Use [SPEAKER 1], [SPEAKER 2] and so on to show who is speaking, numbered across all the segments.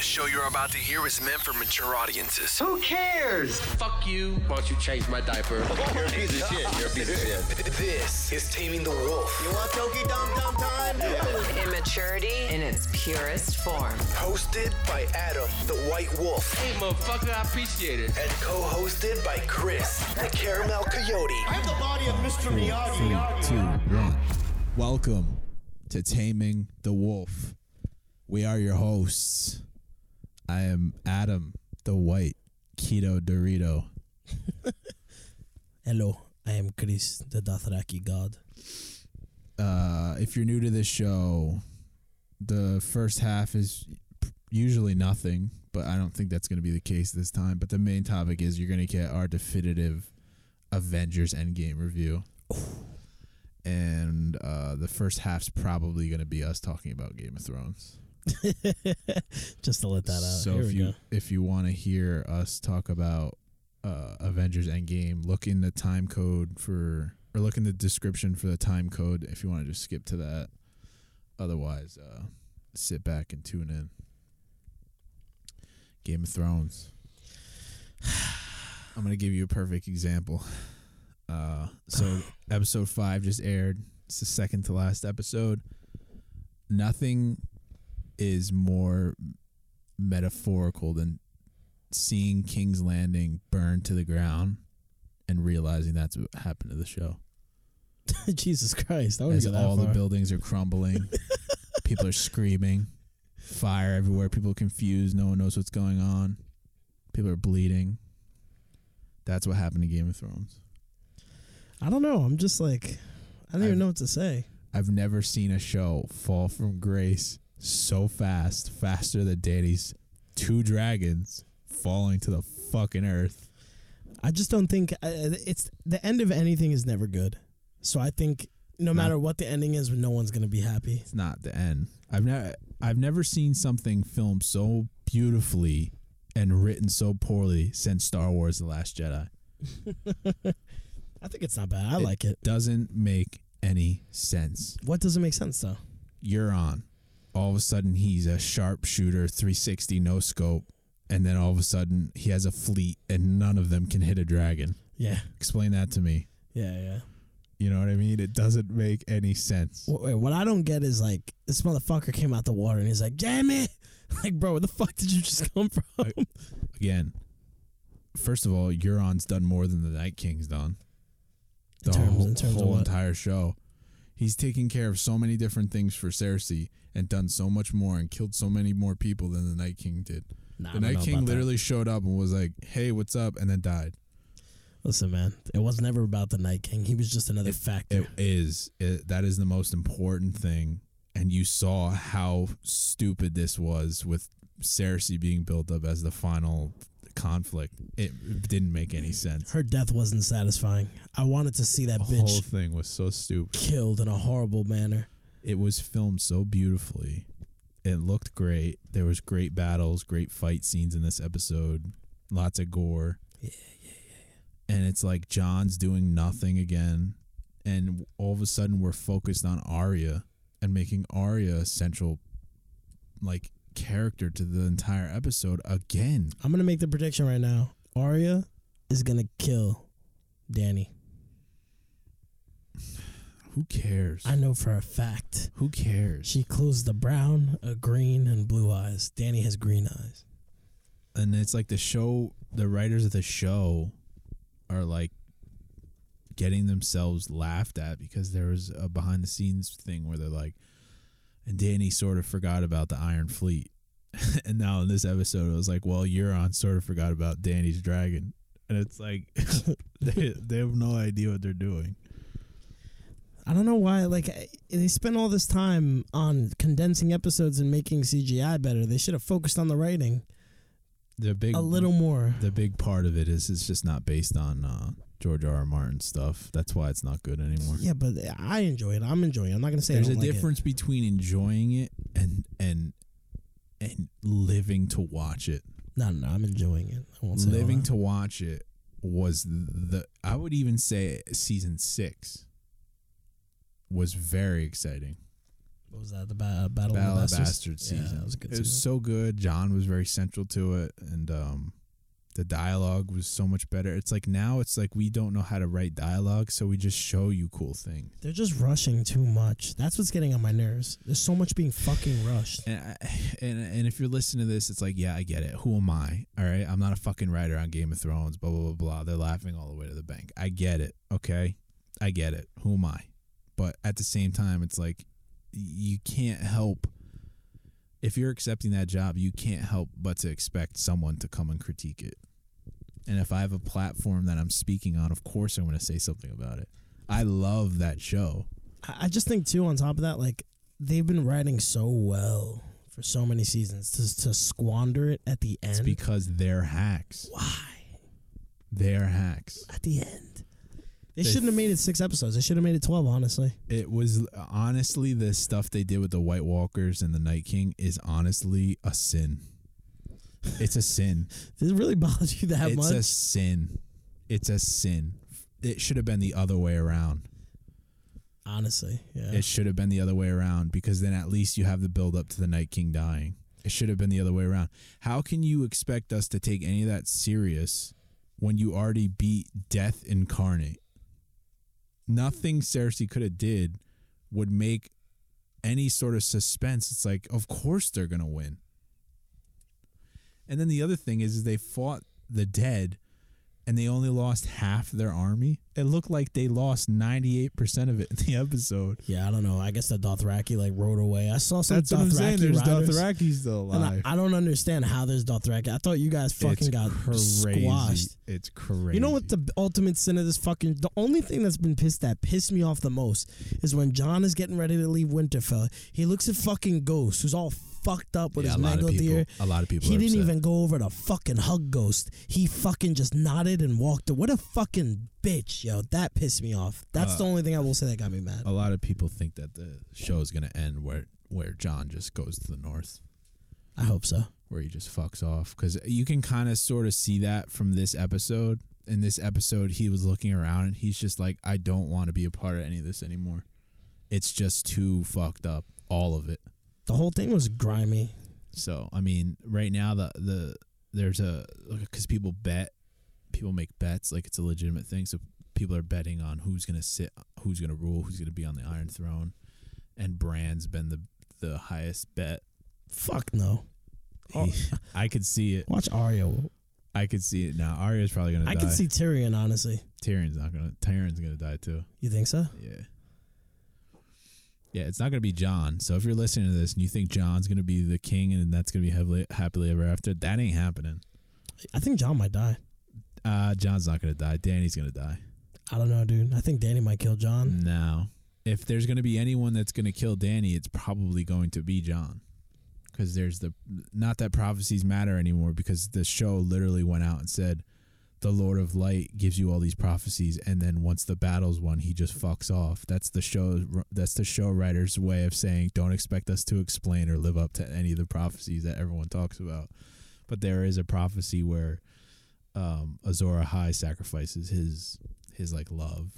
[SPEAKER 1] show you're about to hear is meant for mature audiences.
[SPEAKER 2] Who cares?
[SPEAKER 3] Fuck you. Why don't you change my diaper?
[SPEAKER 4] You're a piece of shit. You're a piece of shit.
[SPEAKER 1] This is Taming the Wolf,
[SPEAKER 4] You want Toki Dum Dum Time?
[SPEAKER 5] Immaturity in its purest form.
[SPEAKER 1] hosted by Adam the White Wolf
[SPEAKER 3] Hey, motherfucker, I appreciate it.
[SPEAKER 1] and co-hosted by Chris the Caramel Coyote.
[SPEAKER 4] I have the body of Mr.
[SPEAKER 6] Three,
[SPEAKER 4] Miyagi.
[SPEAKER 6] two, one.
[SPEAKER 7] Welcome to Taming the Wolf. We are your hosts. I am Adam the White Keto Dorito.
[SPEAKER 8] Hello, I am Chris, the Dothraki god.
[SPEAKER 7] Uh, if you're new to this show, the first half is usually nothing, but I don't think that's going to be the case this time. But the main topic is you're going to get our definitive Avengers Endgame review. And uh, the first half's probably going to be us talking about Game of Thrones.
[SPEAKER 8] Just to let that out.
[SPEAKER 7] So
[SPEAKER 8] Here
[SPEAKER 7] if
[SPEAKER 8] we
[SPEAKER 7] you
[SPEAKER 8] go.
[SPEAKER 7] if you want to hear us talk about uh, Avengers Endgame, look in the time code for or look in the description for the time code if you want to just skip to that. Otherwise, uh, sit back and tune in. Game of Thrones. I'm gonna give you a perfect example. Uh, so episode five just aired. It's the second to last episode. Nothing is more metaphorical than seeing King's Landing burn to the ground and realizing that's what happened to the show.
[SPEAKER 8] Jesus Christ, I wouldn't
[SPEAKER 7] As
[SPEAKER 8] go Oh, that
[SPEAKER 7] all the
[SPEAKER 8] far.
[SPEAKER 7] buildings are crumbling, people are screaming, fire everywhere, people are confused, no one knows what's going on, people are bleeding. That's what happened to Game of Thrones.
[SPEAKER 8] I don't know. I'm just like, I don't
[SPEAKER 7] I've-
[SPEAKER 8] even know what to say.
[SPEAKER 7] I've never seen a show fall from grace so fast, faster than Danny's two dragons falling to the fucking earth.
[SPEAKER 8] I just don't think I- I- it's the end of anything is never good. So I think no matter what the ending is, no one's gonna be happy.
[SPEAKER 7] it's not the end. I've never I've never seen something filmed so beautifully and written so poorly since Star Wars The Last Jedi.
[SPEAKER 8] I think it's not bad. I like it.
[SPEAKER 7] Doesn't make any sense.
[SPEAKER 8] What doesn't make sense though?
[SPEAKER 7] You're on. All of a sudden he's a sharpshooter, 360 no scope, and then all of a sudden he has a fleet and none of them can hit a dragon.
[SPEAKER 8] Yeah,
[SPEAKER 7] Explain that to me.
[SPEAKER 8] yeah, yeah.
[SPEAKER 7] You know what I mean? It doesn't make any sense.
[SPEAKER 8] Wait, what I don't get is like this motherfucker came out the water and he's like, "Damn it!" Like, bro, where the fuck did you just come from?
[SPEAKER 7] Again, first of all, Euron's done more than the Night King's done. the
[SPEAKER 8] terms-
[SPEAKER 7] whole,
[SPEAKER 8] in terms of
[SPEAKER 7] whole
[SPEAKER 8] what?
[SPEAKER 7] entire show. He's taken care of so many different things for Cersei and done so much more and killed so many more people than the Night King did.
[SPEAKER 8] Nah, I
[SPEAKER 7] the
[SPEAKER 8] don't
[SPEAKER 7] Night
[SPEAKER 8] know
[SPEAKER 7] King
[SPEAKER 8] about that.
[SPEAKER 7] literally showed up and was like, "Hey, what's up?" and then died.
[SPEAKER 8] Listen, man, it was never about the Night King. He was just another factor.
[SPEAKER 7] It is it, that is the most important thing, and you saw how stupid this was with Cersei being built up as the final conflict. It didn't make any sense.
[SPEAKER 8] Her death wasn't satisfying. I wanted to see that
[SPEAKER 7] The
[SPEAKER 8] bitch
[SPEAKER 7] whole thing was so stupid.
[SPEAKER 8] killed in a horrible manner.
[SPEAKER 7] it was filmed so beautifully. It looked great. There was great battles, great fight scenes in this episode. Lots of gore. Yeah, yeah, yeah. And it's like John's doing nothing again, and all of a sudden we're focused on Arya and making Arya a central, like character to the entire episode again.
[SPEAKER 8] I'm gonna make the prediction right now. Arya is gonna kill Danny.
[SPEAKER 7] Who cares?
[SPEAKER 8] I know for a fact.
[SPEAKER 7] Who cares?
[SPEAKER 8] She clues the brown, a green, and blue eyes. Danny has green eyes.
[SPEAKER 7] and it's like the show the writers of the show are like getting themselves laughed at because there was a behind the scenes thing where they're like and Danny sort of forgot about the Iron Fleet. and now in this episode it was like, well, Euron sort of forgot about Danny's dragon. And it's like they, they have no idea what they're doing.
[SPEAKER 8] I don't know why. Like I- they spent all this time on condensing episodes and making CGI better. They should have focused on the writing
[SPEAKER 7] The big
[SPEAKER 8] a little more.
[SPEAKER 7] the big part of it is it's just not based on uh, George R. R. Martin stuff. That's why it's not good anymore.
[SPEAKER 8] Yeah, but I enjoy it. I'm enjoying. it. I'm not gonna say I
[SPEAKER 7] there's a
[SPEAKER 8] don't like it.
[SPEAKER 7] difference between enjoying it and and and living to watch it
[SPEAKER 8] No, no, no, I'm enjoying it. I won't say all
[SPEAKER 7] living
[SPEAKER 8] that.
[SPEAKER 7] to watch it was the i would even say season six was very exciting
[SPEAKER 8] what was that? The ba- uh, Battle,
[SPEAKER 7] Battle
[SPEAKER 8] of
[SPEAKER 7] of
[SPEAKER 8] the
[SPEAKER 7] Bastard
[SPEAKER 8] Bastards? Yeah,
[SPEAKER 7] season.
[SPEAKER 8] that was a good
[SPEAKER 7] it was
[SPEAKER 8] season.
[SPEAKER 7] so good. John was very central to it, and um, the dialogue was so much better. It's like now it's like we don't know how to write dialogue, so we just show you cool things.
[SPEAKER 8] They're just rushing too much. That's what's getting on my nerves. There's so much being fucking rushed.
[SPEAKER 7] And, I, and and if you're listening to this, it's like, yeah, I get it. Who am I? All right, I'm not a fucking writer on Game of Thrones. Blah blah blah blah. They're laughing all the way to the bank. I get it. Okay, I get it. Who am I? But at the same time, it's like you can't help if you're accepting that job, you can't help but to expect someone to come and critique it. And if I have a platform that I'm speaking on, of course I'm going to say something about it. I love that show.
[SPEAKER 8] I I just think too. On top of that, like they've been writing so well for so many seasons to to squander it at the
[SPEAKER 7] It's
[SPEAKER 8] end.
[SPEAKER 7] because they're hacks.
[SPEAKER 8] Why
[SPEAKER 7] They're hacks.
[SPEAKER 8] at the end? They, shouldn't have made it six episodes. They should have made it twelve. Honestly,
[SPEAKER 7] It was honestly the stuff they did with the White Walkers and the Night King is honestly a sin. It's a sin.
[SPEAKER 8] does it really bother you that
[SPEAKER 7] it's
[SPEAKER 8] much?
[SPEAKER 7] a sin. It's a sin. It should have been the other way around.
[SPEAKER 8] honestly, yeah.
[SPEAKER 7] It should have been the other way around because then at least you have the build up to the Night King dying. It should have been the other way around. How can you expect us to take any of that serious when you already beat death incarnate? Nothing Cersei could have did would make any sort of suspense. It's like, of course they're gonna win. And then the other thing is, is they fought the dead and they only lost half their army. It looked like they lost 98% of it in the episode.
[SPEAKER 8] yeah, I don't know. I guess the Dothraki like rode away. I saw some
[SPEAKER 7] That's
[SPEAKER 8] Dothraki
[SPEAKER 7] what I'm saying. There's
[SPEAKER 8] riders,
[SPEAKER 7] Dothraki still
[SPEAKER 8] and
[SPEAKER 7] alive.
[SPEAKER 8] I, I don't understand how there's Dothraki. I thought you guys fucking got squashed.
[SPEAKER 7] It's crazy.
[SPEAKER 8] You know what the ultimate sin of this fucking the only thing that's been pissed that pissed me off the most is when John is getting ready to leave Winterfell. He looks at fucking Ghost, who's all fucked up with
[SPEAKER 7] Yeah,
[SPEAKER 8] his
[SPEAKER 7] a lot of
[SPEAKER 8] mangled
[SPEAKER 7] people-
[SPEAKER 8] ear.
[SPEAKER 7] a lot of people
[SPEAKER 8] He
[SPEAKER 7] are
[SPEAKER 8] didn't
[SPEAKER 7] upset.
[SPEAKER 8] even go over to fucking hug Ghost. He fucking just nodded and walked. What a fucking bitch, yo! That pissed me off. That's
[SPEAKER 7] Uh,
[SPEAKER 8] the only thing I will say that got me mad.
[SPEAKER 7] a lot of people think that the show is going to end where where John just goes to the north.
[SPEAKER 8] I hope so.
[SPEAKER 7] where he just fucks off because you can kind of sort of see that from this episode. In this episode, he was looking around and he's just like, I don't want to be a part of any of this anymore. It's just too fucked up, all of it.
[SPEAKER 8] The whole thing was grimy.
[SPEAKER 7] So I mean, right now the the there's a because people bet, people make bets like it's a legitimate thing. So people are betting on who's gonna sit, who's gonna rule, who's gonna be on the Iron Throne, and Bran's been the the highest bet.
[SPEAKER 8] Fuck no. Oh.
[SPEAKER 7] I could see it.
[SPEAKER 8] Watch Arya.
[SPEAKER 7] I could see it now. Arya's probably gonna.
[SPEAKER 8] I
[SPEAKER 7] die.
[SPEAKER 8] can see Tyrion. Honestly,
[SPEAKER 7] Tyrion's not gonna. Tyrion's gonna die too.
[SPEAKER 8] you think so?
[SPEAKER 7] Yeah. Yeah, it's not gonna be John. So if you're listening to this and you think John's gonna be the king and that's gonna be heavily happily ever after, that ain't happening.
[SPEAKER 8] I think John might die.
[SPEAKER 7] Uh John's not gonna die. Danny's gonna die.
[SPEAKER 8] I don't know, dude. I think Danny might kill John.
[SPEAKER 7] No. If there's gonna be anyone that's gonna kill Danny, it's probably going to be John. Because there's the not that prophecies matter anymore because the show literally went out and said the Lord of Light gives you all these prophecies, and then once the battle's won, he just fucks off. That's the show. That's the show writer's way of saying, "Don't expect us to explain or live up to any of the prophecies that everyone talks about." But there is a prophecy where um, Azora High sacrifices his his like love,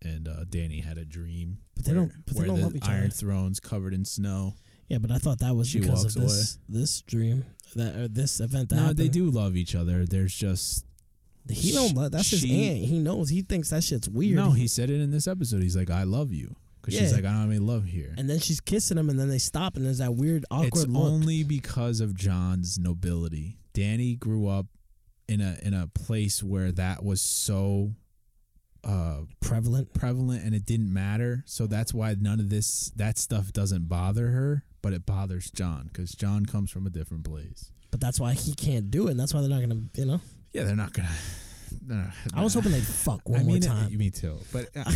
[SPEAKER 7] and uh, Danny had a dream.
[SPEAKER 8] But they
[SPEAKER 7] where-
[SPEAKER 8] don't- but they
[SPEAKER 7] where
[SPEAKER 8] don't
[SPEAKER 7] the
[SPEAKER 8] love each
[SPEAKER 7] Iron
[SPEAKER 8] other.
[SPEAKER 7] Thrones covered in snow.
[SPEAKER 8] Yeah, but I thought that was
[SPEAKER 7] She
[SPEAKER 8] because of
[SPEAKER 7] walks
[SPEAKER 8] this this dream that or this event that
[SPEAKER 7] no,
[SPEAKER 8] happened.
[SPEAKER 7] they do love each other. There's just
[SPEAKER 8] He don't. let- That's his
[SPEAKER 7] She-
[SPEAKER 8] aunt. He knows. He thinks that shit's weird.
[SPEAKER 7] no. He said it in this episode. He's like, "I love you," because she's
[SPEAKER 8] Yeah.
[SPEAKER 7] like, "I don't have any love here."
[SPEAKER 8] and then she's kissing him, and then they stop, and there's that weird awkward
[SPEAKER 7] it's
[SPEAKER 8] look.
[SPEAKER 7] only because of John's nobility. Danny grew up in a in a place where that was so uh
[SPEAKER 8] prevalent.
[SPEAKER 7] prevalent and it didn't matter. So that's why none of this that stuff doesn't bother her, but it bothers John cuz John comes from a different place.
[SPEAKER 8] But that's why he can't do it. And that's why they're not gonna. You know.
[SPEAKER 7] Yeah, they're not going to
[SPEAKER 8] I was hoping they'd fuck one
[SPEAKER 7] I mean,
[SPEAKER 8] more time.
[SPEAKER 7] It, me too. But uh,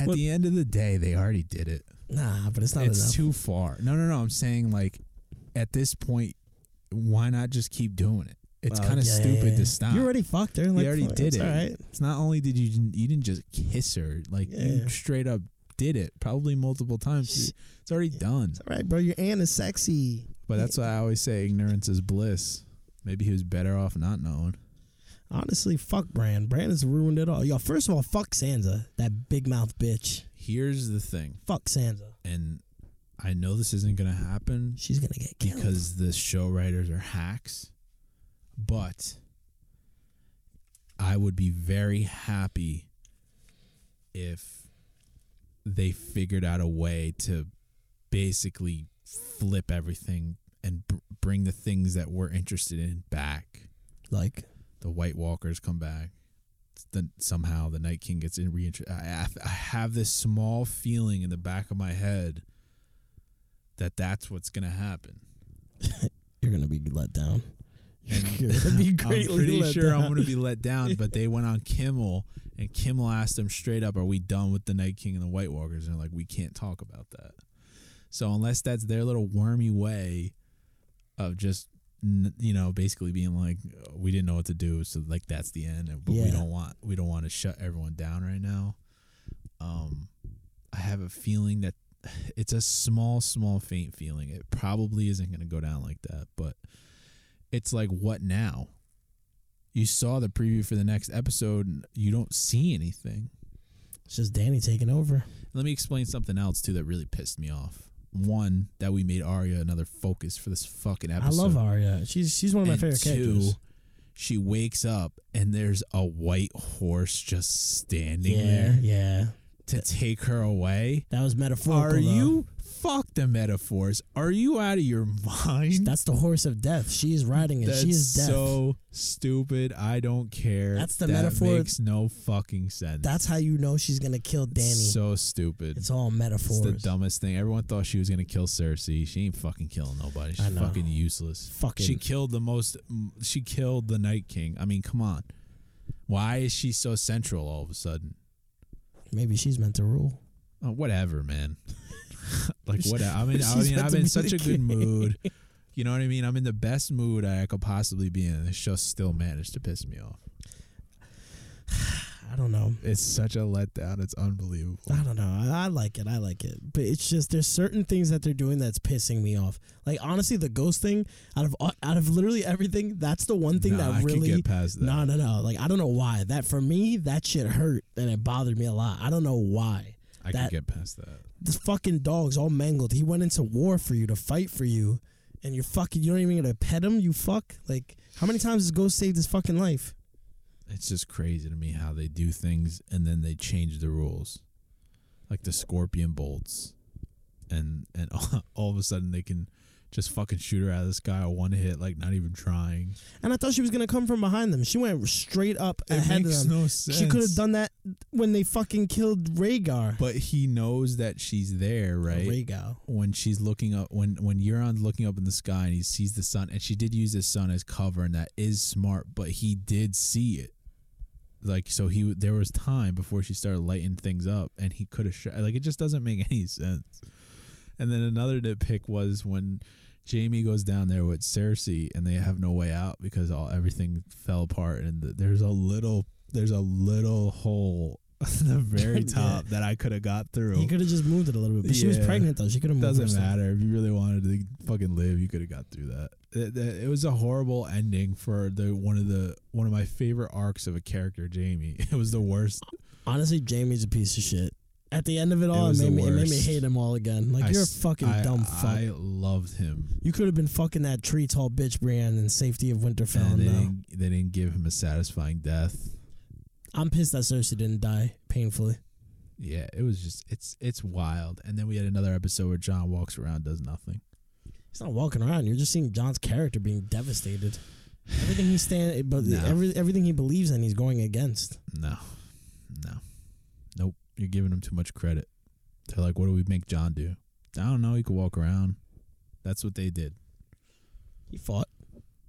[SPEAKER 7] at the end of the day, they already did it.
[SPEAKER 8] nah, but it's not
[SPEAKER 7] it's
[SPEAKER 8] enough.
[SPEAKER 7] too far. No, no, no. I'm saying like at this point, why not just keep doing it? It's
[SPEAKER 8] Well,
[SPEAKER 7] kind of
[SPEAKER 8] yeah,
[SPEAKER 7] stupid
[SPEAKER 8] yeah.
[SPEAKER 7] to stop.
[SPEAKER 8] You already fucked her.
[SPEAKER 7] You
[SPEAKER 8] Like,
[SPEAKER 7] already
[SPEAKER 8] fuck,
[SPEAKER 7] did
[SPEAKER 8] it's
[SPEAKER 7] it.
[SPEAKER 8] All right.
[SPEAKER 7] It's not only did you you didn't just kiss her, like
[SPEAKER 8] Yeah.
[SPEAKER 7] you straight up did it probably multiple times. It's already done.
[SPEAKER 8] All right, bro. Your aunt is sexy.
[SPEAKER 7] But that's why I always say ignorance is bliss. Maybe he was better off not knowing.
[SPEAKER 8] Honestly, fuck Brand. Brand has ruined it all. Yo, first of all, fuck Sansa. That big mouth bitch.
[SPEAKER 7] Here's the thing,
[SPEAKER 8] Fuck Sansa.
[SPEAKER 7] and I know this isn't gonna happen
[SPEAKER 8] She's gonna get killed.
[SPEAKER 7] because the show writers are hacks, but I would be very happy if they figured out a way to basically flip everything and br- bring the things that we're interested in back.
[SPEAKER 8] like
[SPEAKER 7] The White Walkers come back. Then somehow the Night King gets in reintroduced. I, I- I have this small feeling in the back of my head that that's what's gonna happen.
[SPEAKER 8] you're gonna be let down.
[SPEAKER 7] And
[SPEAKER 8] You're gonna be greatly
[SPEAKER 7] I'm pretty
[SPEAKER 8] let
[SPEAKER 7] sure
[SPEAKER 8] down.
[SPEAKER 7] I'm gonna be let down. But they went on Kimmel, and Kimmel asked them straight up, "Are we done with the Night King and the White Walkers?" And they're like, "We can't talk about that." So unless that's their little wormy way of just n- you know basically being like "Oh, we didn't know what to do so like that's the end and- but we
[SPEAKER 8] Yeah.
[SPEAKER 7] don't want we don't want to shut everyone down right now um i have a feeling that it's a small small faint feeling it probably isn't going to go down like that but it's like what now you saw the preview for the next episode and you don't see anything
[SPEAKER 8] It's just Danny taking over.
[SPEAKER 7] let me explain something else too that really pissed me off one that we made Arya another focus for this fucking episode
[SPEAKER 8] I love Arya. She's she's one of my
[SPEAKER 7] and
[SPEAKER 8] favorite characters.
[SPEAKER 7] She wakes up and there's a white horse just standing
[SPEAKER 8] Yeah,
[SPEAKER 7] there
[SPEAKER 8] yeah.
[SPEAKER 7] to take her away.
[SPEAKER 8] That was metaphorical.
[SPEAKER 7] Are
[SPEAKER 8] though.
[SPEAKER 7] you fuck the metaphors? Are you out of your mind?
[SPEAKER 8] That's the horse of death. She is riding it.
[SPEAKER 7] That's
[SPEAKER 8] She is death.
[SPEAKER 7] so stupid. I don't care.
[SPEAKER 8] That's the
[SPEAKER 7] that
[SPEAKER 8] metaphor-
[SPEAKER 7] Makes no fucking sense.
[SPEAKER 8] That's how you know she's gonna kill Danny.
[SPEAKER 7] so stupid.
[SPEAKER 8] it's all
[SPEAKER 7] It's
[SPEAKER 8] metaphors.
[SPEAKER 7] the dumbest thing. Everyone thought she was gonna kill Cersei. She ain't fucking killing nobody.
[SPEAKER 8] I
[SPEAKER 7] She's
[SPEAKER 8] know.
[SPEAKER 7] fucking useless.
[SPEAKER 8] Fucking-
[SPEAKER 7] She killed the most. m- She killed the Night King. I mean, come on. Why is she so central all of a sudden?
[SPEAKER 8] Maybe she's meant to rule.
[SPEAKER 7] Oh, whatever, man. like what? I mean, I
[SPEAKER 8] She's
[SPEAKER 7] mean,
[SPEAKER 8] meant
[SPEAKER 7] I'm
[SPEAKER 8] to
[SPEAKER 7] in
[SPEAKER 8] be
[SPEAKER 7] such
[SPEAKER 8] the
[SPEAKER 7] a good mood. You know what I mean? I'm in the best mood I could possibly be in. and This show still managed to piss me off.
[SPEAKER 8] I don't know.
[SPEAKER 7] It's such a letdown. It's unbelievable.
[SPEAKER 8] I don't know. I, I like it. I like it. But it's just there's certain things that they're doing that's pissing me off. Like honestly, the ghost thing out of all- out of literally everything, that's the one thing
[SPEAKER 7] Nah, I
[SPEAKER 8] that
[SPEAKER 7] could
[SPEAKER 8] really
[SPEAKER 7] get past that.
[SPEAKER 8] No, no, no. Like I don't know why. That for me, that shit hurt and it bothered me a lot. I don't know why.
[SPEAKER 7] I
[SPEAKER 8] that-
[SPEAKER 7] could get past that.
[SPEAKER 8] This fucking dog's all mangled. He went into war for you to fight for you, and you're fucking. You don't even get to pet him. You fuck. Like how many times has Ghost saved his fucking life?
[SPEAKER 7] it's just crazy to me how they do things and then they change the rules like the scorpion bolts and and all, all of a sudden they can just fucking shoot her out of the sky one hit like not even trying
[SPEAKER 8] And I thought she was gonna come from behind them. She went straight up ahead
[SPEAKER 7] makes
[SPEAKER 8] of them.
[SPEAKER 7] no
[SPEAKER 8] She could
[SPEAKER 7] sense.
[SPEAKER 8] have done that when they fucking killed Rhaegar.
[SPEAKER 7] but he knows that she's there right
[SPEAKER 8] Rhaegar.
[SPEAKER 7] when she's looking up when when Euron's looking up in the sky and he sees the sun and she did use the sun as cover and that is smart but he did see it like so he there was time before she started lighting things up and he could have sh- like it just doesn't make any sense and then another nitpick was when Jamie goes down there with Cersei and they have no way out because all everything fell apart and the, there's a little there's a little hole on the very
[SPEAKER 8] Yeah.
[SPEAKER 7] top that I could have got through
[SPEAKER 8] He could have just moved it a little bit. But she was
[SPEAKER 7] Yeah.
[SPEAKER 8] pregnant though. She could have moved.
[SPEAKER 7] doesn't
[SPEAKER 8] herself.
[SPEAKER 7] matter if you really wanted to fucking live you could have got through that it, it- it was a horrible ending for the one of the one of my favorite arcs of a character jamie it was the worst
[SPEAKER 8] Honestly, Jamie's a piece of shit. At the end of it all, it,
[SPEAKER 7] was the
[SPEAKER 8] made, me, it made me
[SPEAKER 7] worst.
[SPEAKER 8] hate him all again. Like
[SPEAKER 7] I
[SPEAKER 8] you're a
[SPEAKER 7] s-
[SPEAKER 8] fucking
[SPEAKER 7] I-
[SPEAKER 8] dumb fuck.
[SPEAKER 7] i loved him
[SPEAKER 8] you could have been fucking that tree tall bitch Brienne and safety of Winterfell.
[SPEAKER 7] and they,
[SPEAKER 8] No,
[SPEAKER 7] didn't, they didn't give him a satisfying death
[SPEAKER 8] I'm pissed that Cersei didn't die painfully.
[SPEAKER 7] yeah it was just it's it's wild and then we had another episode where john walks around does nothing
[SPEAKER 8] He's not walking around. You're just seeing John's character being devastated. Everything he stand, but
[SPEAKER 7] No.
[SPEAKER 8] every, everything he believes in, he's going against.
[SPEAKER 7] no no nope you're giving him too much credit they're like what do we make john do i don't know he could walk around that's what they did
[SPEAKER 8] He fought.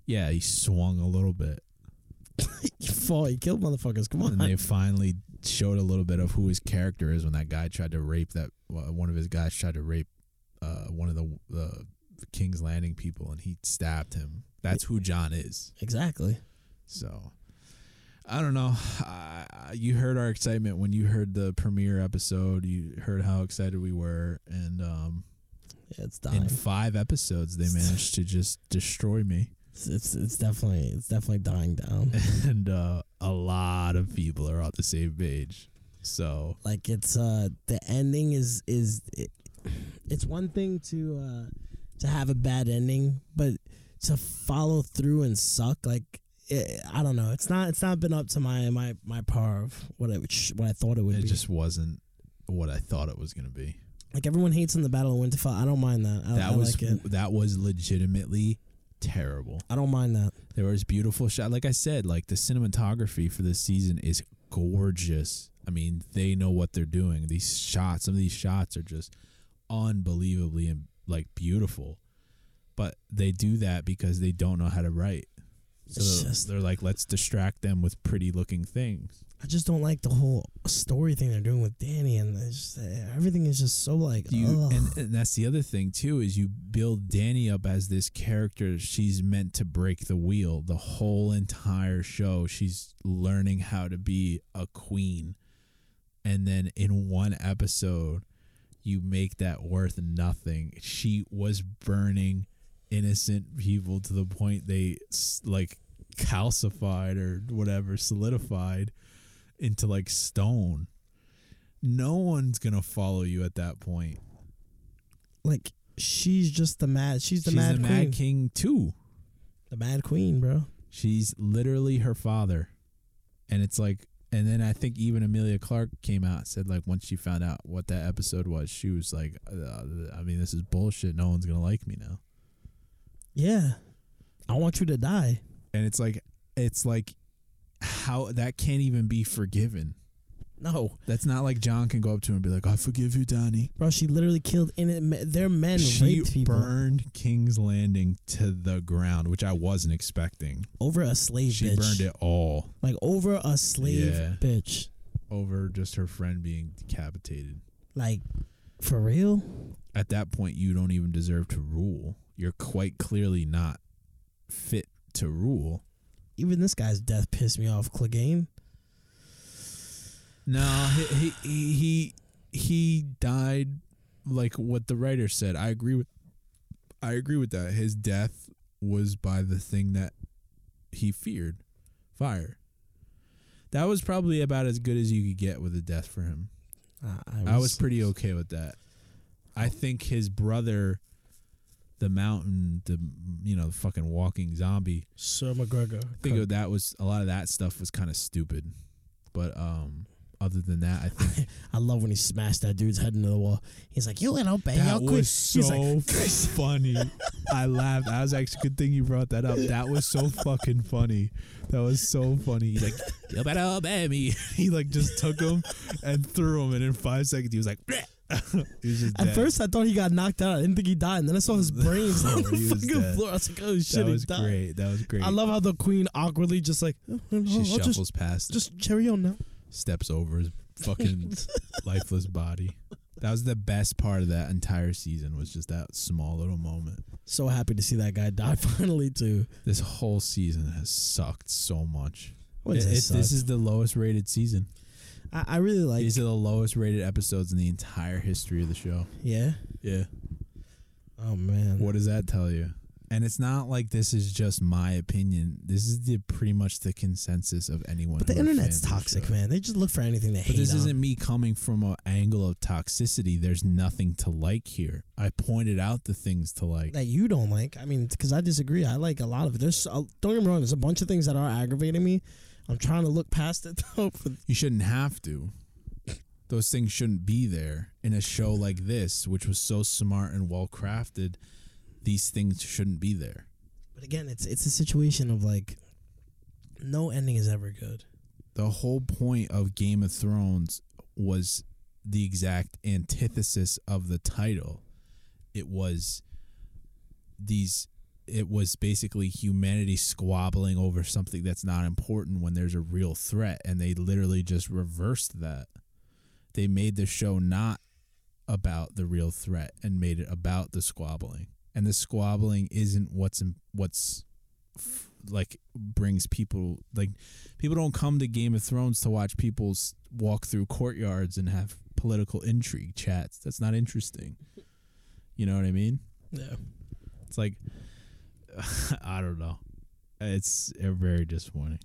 [SPEAKER 7] Yeah, he swung a little bit.
[SPEAKER 8] He fought. He killed motherfuckers. Come on.
[SPEAKER 7] And they finally showed a little bit of who his character is when that guy tried to rape that uh, one of his guys tried to rape uh, one of the uh, King's Landing people and he stabbed him. That's who John is.
[SPEAKER 8] exactly.
[SPEAKER 7] So I don't know. I, I- you heard our excitement when you heard the premiere episode. You heard how excited we were and um,
[SPEAKER 8] Yeah, it's
[SPEAKER 7] in
[SPEAKER 8] dying.
[SPEAKER 7] five episodes they managed to just destroy me.
[SPEAKER 8] It's, it's it's definitely it's definitely dying down.
[SPEAKER 7] and uh, a lot of people are on the same page. So
[SPEAKER 8] like it's uh the ending is is it, it's one thing to uh to have a bad ending, but to follow through and suck like it, I don't know. It's not it's not been up to my my my par of what I which- what I thought it would
[SPEAKER 7] It
[SPEAKER 8] be.
[SPEAKER 7] just wasn't what I thought it was gonna be.
[SPEAKER 8] like everyone hates in the Battle of Winterfell. I don't mind that. Oh, I,
[SPEAKER 7] That
[SPEAKER 8] I
[SPEAKER 7] was
[SPEAKER 8] like it.
[SPEAKER 7] that was legitimately terrible.
[SPEAKER 8] I don't mind that.
[SPEAKER 7] There was beautiful shot. Like I said, like the cinematography for this season is gorgeous. I mean, they know what they're doing. These shots, some of these shots are just unbelievably and like beautiful. But they do that because they don't know how to write. So
[SPEAKER 8] It's
[SPEAKER 7] they're,
[SPEAKER 8] just-
[SPEAKER 7] they're like, let's distract them with pretty looking things.
[SPEAKER 8] I just don't like the whole story thing they're doing with Danny, and it's just, uh, everything is just so like.
[SPEAKER 7] Do you,
[SPEAKER 8] ugh.
[SPEAKER 7] and, and that's the other thing too is you build Danny up as this character she's meant to break the wheel the whole entire show she's learning how to be a queen and then in one episode you make that worth nothing she was burning innocent people to the point they s- like calcified or whatever solidified into like stone no one's gonna follow you at that point
[SPEAKER 8] like she's just the mad. She's the
[SPEAKER 7] She's
[SPEAKER 8] mad
[SPEAKER 7] the
[SPEAKER 8] queen.
[SPEAKER 7] Mad King too.
[SPEAKER 8] the mad queen, bro.
[SPEAKER 7] She's literally her father, and it's like, and then I think even Amelia Clark came out and said like once she found out what that episode was, she was like, uh, I mean, this is bullshit. No one's gonna like me now.
[SPEAKER 8] Yeah, I want you to die.
[SPEAKER 7] And it's like, it's like, how that can't even be forgiven.
[SPEAKER 8] No,
[SPEAKER 7] That's not like John can go up to her and be like, I forgive you, Donnie.
[SPEAKER 8] bro. She literally killed in it. Their men
[SPEAKER 7] She
[SPEAKER 8] raped people
[SPEAKER 7] burned King's Landing to the ground, which I wasn't expecting.
[SPEAKER 8] over a slave
[SPEAKER 7] She
[SPEAKER 8] bitch.
[SPEAKER 7] burned it all
[SPEAKER 8] like over a slave
[SPEAKER 7] Yeah.
[SPEAKER 8] bitch.
[SPEAKER 7] over just her friend being decapitated.
[SPEAKER 8] Like for real.
[SPEAKER 7] at that point you don't even deserve to rule. You're quite clearly not fit to rule.
[SPEAKER 8] Even this guy's death pissed me off, Clegane.
[SPEAKER 7] No, he he he, he, he died like what the writer said. I agree with I agree with that. His death was by the thing that he feared, fire. That was probably about as good as you could get with a death for him.
[SPEAKER 8] I,
[SPEAKER 7] I was pretty okay with that. I think his brother, the mountain, the you know, the fucking walking zombie.
[SPEAKER 8] Sir McGregor.
[SPEAKER 7] I think of that was a lot of that stuff was kind of stupid, but um, other than that, I think
[SPEAKER 8] I love when he smashed that dude's head into the wall. He's like, "You little baby,
[SPEAKER 7] that
[SPEAKER 8] quit."
[SPEAKER 7] was
[SPEAKER 8] He's like,
[SPEAKER 7] so funny. I laughed. That was actually good thing you brought that up. That was so fucking funny. That was so funny. He's like, you better obey me. He like just took him and threw him, and in five seconds he was like, he was just
[SPEAKER 8] At
[SPEAKER 7] dead.
[SPEAKER 8] first, I thought he got knocked out. I didn't think he died. And then I saw his brains on the
[SPEAKER 7] He was
[SPEAKER 8] fucking
[SPEAKER 7] dead.
[SPEAKER 8] floor. I was like, oh shit,
[SPEAKER 7] that
[SPEAKER 8] he
[SPEAKER 7] was
[SPEAKER 8] died.
[SPEAKER 7] great. That was great.
[SPEAKER 8] I love how the queen awkwardly just like, oh, no,
[SPEAKER 7] She
[SPEAKER 8] I'll
[SPEAKER 7] shuffles
[SPEAKER 8] just,
[SPEAKER 7] past, just
[SPEAKER 8] just cherry on now.
[SPEAKER 7] steps over his fucking lifeless body. That was the best part of that entire season was just that small little moment.
[SPEAKER 8] So happy to see that guy die finally, too.
[SPEAKER 7] This whole season has sucked so much.
[SPEAKER 8] What
[SPEAKER 7] It-
[SPEAKER 8] is
[SPEAKER 7] it-
[SPEAKER 8] this?
[SPEAKER 7] this is the lowest rated season.
[SPEAKER 8] I, I really like,
[SPEAKER 7] These are the lowest rated episodes in the entire history of the show.
[SPEAKER 8] yeah.
[SPEAKER 7] Yeah.
[SPEAKER 8] Oh, man.
[SPEAKER 7] What does that tell you? And it's not like this is just my opinion. This is the pretty much the consensus of anyone.
[SPEAKER 8] But the
[SPEAKER 7] who are
[SPEAKER 8] internet's
[SPEAKER 7] fans of the
[SPEAKER 8] toxic,
[SPEAKER 7] show.
[SPEAKER 8] man. They just look for anything to hate
[SPEAKER 7] But this
[SPEAKER 8] on.
[SPEAKER 7] isn't me coming from an angle of toxicity. There's nothing to like here. I pointed out the things to like.
[SPEAKER 8] that you don't like. I mean, because I disagree. I like a lot of it. There's uh, don't get me wrong. There's a bunch of things that are aggravating me. I'm trying to look past it though. But
[SPEAKER 7] You shouldn't have to. Those things shouldn't be there in a show like this, which was so smart and well crafted. These things shouldn't be there.
[SPEAKER 8] But again, it's it's a situation of like no ending is ever good.
[SPEAKER 7] The whole point of Game of Thrones was the exact antithesis of the title. It was these it was basically humanity squabbling over something that's not important when there's a real threat and they literally just reversed that they made the show not about the real threat and made it about the squabbling and the squabbling isn't what's in, what's f- like brings people like people don't come to game of thrones to watch people s- walk through courtyards and have political intrigue chats that's not interesting you know what i mean
[SPEAKER 8] Yeah.
[SPEAKER 7] it's like I don't know. It's uh, very disappointing.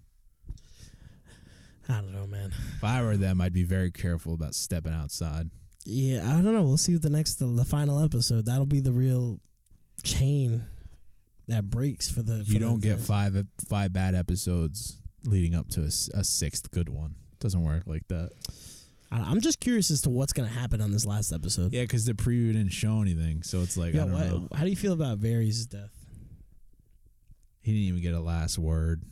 [SPEAKER 8] I don't know, man.
[SPEAKER 7] If I were them, I'd be very careful about stepping outside.
[SPEAKER 8] Yeah, I don't know. We'll see what the next the, the final episode. That'll be the real chain that breaks for the.
[SPEAKER 7] You
[SPEAKER 8] for the-
[SPEAKER 7] don't get
[SPEAKER 8] for-
[SPEAKER 7] five five bad episodes leading up to a, s- a sixth good one. Doesn't work like that.
[SPEAKER 8] I, I'm just curious as to what's gonna happen on this last episode.
[SPEAKER 7] Yeah, because the preview didn't show anything, so it's like I
[SPEAKER 8] Yo,
[SPEAKER 7] don't
[SPEAKER 8] what-
[SPEAKER 7] know.
[SPEAKER 8] how do you feel about Varys' death?
[SPEAKER 7] He didn't even get a last word,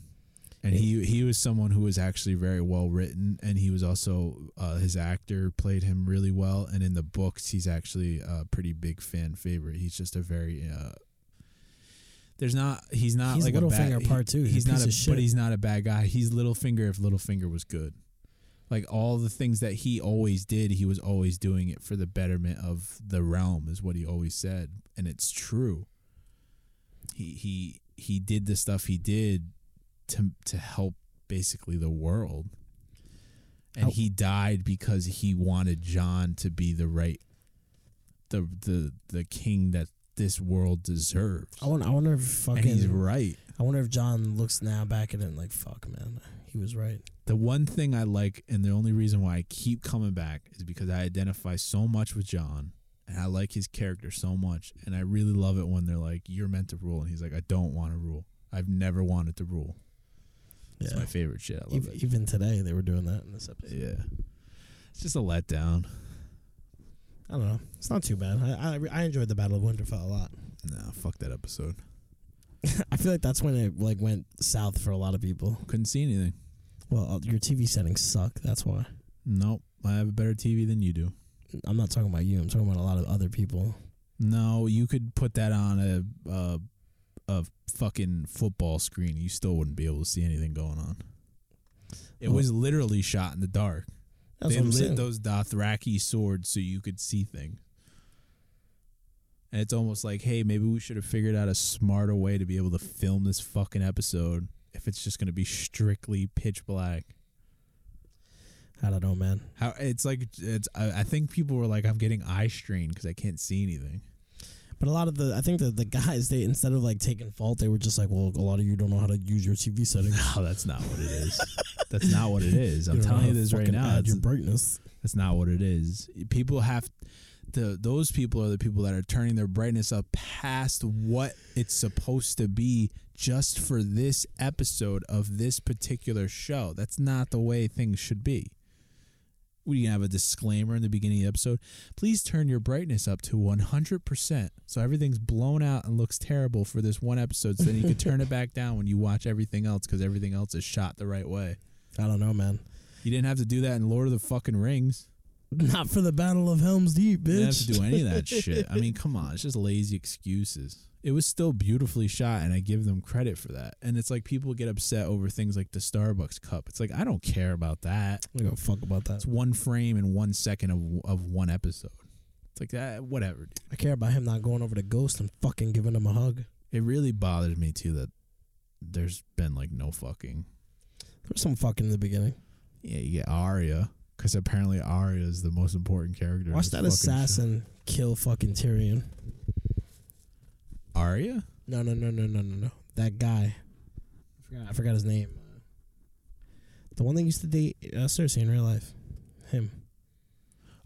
[SPEAKER 7] and he he was someone who was actually very well written, and he was also uh, his actor played him really well, and in the books he's actually a pretty big fan favorite. He's just a very uh, there's not he's not
[SPEAKER 8] He's
[SPEAKER 7] like a bad
[SPEAKER 8] Littlefinger
[SPEAKER 7] he-
[SPEAKER 8] part two. He's a
[SPEAKER 7] he's not
[SPEAKER 8] piece
[SPEAKER 7] a
[SPEAKER 8] of shit.
[SPEAKER 7] but he's not a bad guy. He's Littlefinger if Littlefinger was good. Like all the things that he always did, he was always doing it for the betterment of the realm, is what he always said, and it's true. He he he did the stuff he did to to help basically the world, and
[SPEAKER 8] Oh.
[SPEAKER 7] he died because he wanted John to be the right, the the the king that this world deserves,
[SPEAKER 8] I wonder, I wonder if fucking.
[SPEAKER 7] and he's right.
[SPEAKER 8] I wonder if John looks now back at it and like, fuck, man, he was right.
[SPEAKER 7] the one thing I like, and the only reason why I keep coming back is because I identify so much with John, and I like his character so much, and I really love it when they're like, "You're meant to rule," and he's like, "I don't want to rule. I've never wanted to rule." It's
[SPEAKER 8] Yeah.
[SPEAKER 7] my favorite shit. I love
[SPEAKER 8] Even,
[SPEAKER 7] it.
[SPEAKER 8] even today, they were doing that in this episode.
[SPEAKER 7] yeah, it's just a letdown.
[SPEAKER 8] I don't know. It's not too bad. I, I I enjoyed the Battle of Winterfell a lot.
[SPEAKER 7] Nah, fuck that episode.
[SPEAKER 8] I feel like that's when it like went south for a lot of people.
[SPEAKER 7] Couldn't see anything.
[SPEAKER 8] Well, uh, your TV settings suck. That's why.
[SPEAKER 7] Nope. I have a better TV than you do.
[SPEAKER 8] I'm not talking about you. I'm talking about a lot of other people.
[SPEAKER 7] No, you could put that on a a, a fucking football screen. You still wouldn't be able to see anything going on. It was literally shot in the dark.
[SPEAKER 8] That's
[SPEAKER 7] they
[SPEAKER 8] what I'm
[SPEAKER 7] lit
[SPEAKER 8] saying.
[SPEAKER 7] those Dothraki swords so you could see things. And it's almost like, hey, maybe we should have figured out a smarter way to be able to film this fucking episode if it's just going to be strictly pitch black.
[SPEAKER 8] I don't know, man.
[SPEAKER 7] How it's like it's I, I think people were like I'm getting eye strain cuz I can't see anything.
[SPEAKER 8] But a lot of the, I think the the guys, they instead of like taking fault, they were just like, well, a lot of you don't know how to use your TV settings.
[SPEAKER 7] No, Oh, that's not what it is. that's not what it is. I'm
[SPEAKER 8] don't know
[SPEAKER 7] telling
[SPEAKER 8] how
[SPEAKER 7] you
[SPEAKER 8] to
[SPEAKER 7] this right
[SPEAKER 8] fucking
[SPEAKER 7] now.
[SPEAKER 8] add
[SPEAKER 7] It's,
[SPEAKER 8] your brightness.
[SPEAKER 7] that's not what it is. People have the those people are the people that are turning their brightness up past what it's supposed to be just for this episode of this particular show. That's not the way things should be. We can have a disclaimer in the beginning of the episode. Please turn your brightness up to 100% so everything's blown out and looks terrible for this one episode. So then you can turn it back down when you watch everything else because everything else is shot the right way.
[SPEAKER 8] I don't know, man.
[SPEAKER 7] You didn't have to do that in Lord of the fucking Rings.
[SPEAKER 8] Not for the Battle of Helm's Deep, bitch.
[SPEAKER 7] You didn't have to do any of that shit. I mean, come on, it's just lazy excuses. It was still beautifully shot, and I give them credit for that. And it's like people get upset over things like the Starbucks cup. It's like I don't care about that.
[SPEAKER 8] I don't give a fuck about that.
[SPEAKER 7] It's one frame and one second of of one episode. It's like that, whatever. Dude.
[SPEAKER 8] I care about him not going over to Ghost and fucking giving him a hug.
[SPEAKER 7] It really bothers me too that there's been like no fucking.
[SPEAKER 8] There's some fucking in the beginning.
[SPEAKER 7] Yeah, you get Arya because apparently Arya is the most important character. in
[SPEAKER 8] Watch
[SPEAKER 7] this
[SPEAKER 8] that
[SPEAKER 7] fucking
[SPEAKER 8] assassin kill fucking Tyrion.
[SPEAKER 7] show. Arya.
[SPEAKER 8] No, no, no, no, no, no, no. That guy. I forgot, I forgot his name. Uh, the one that used to date uh, Cersei in real life. Him.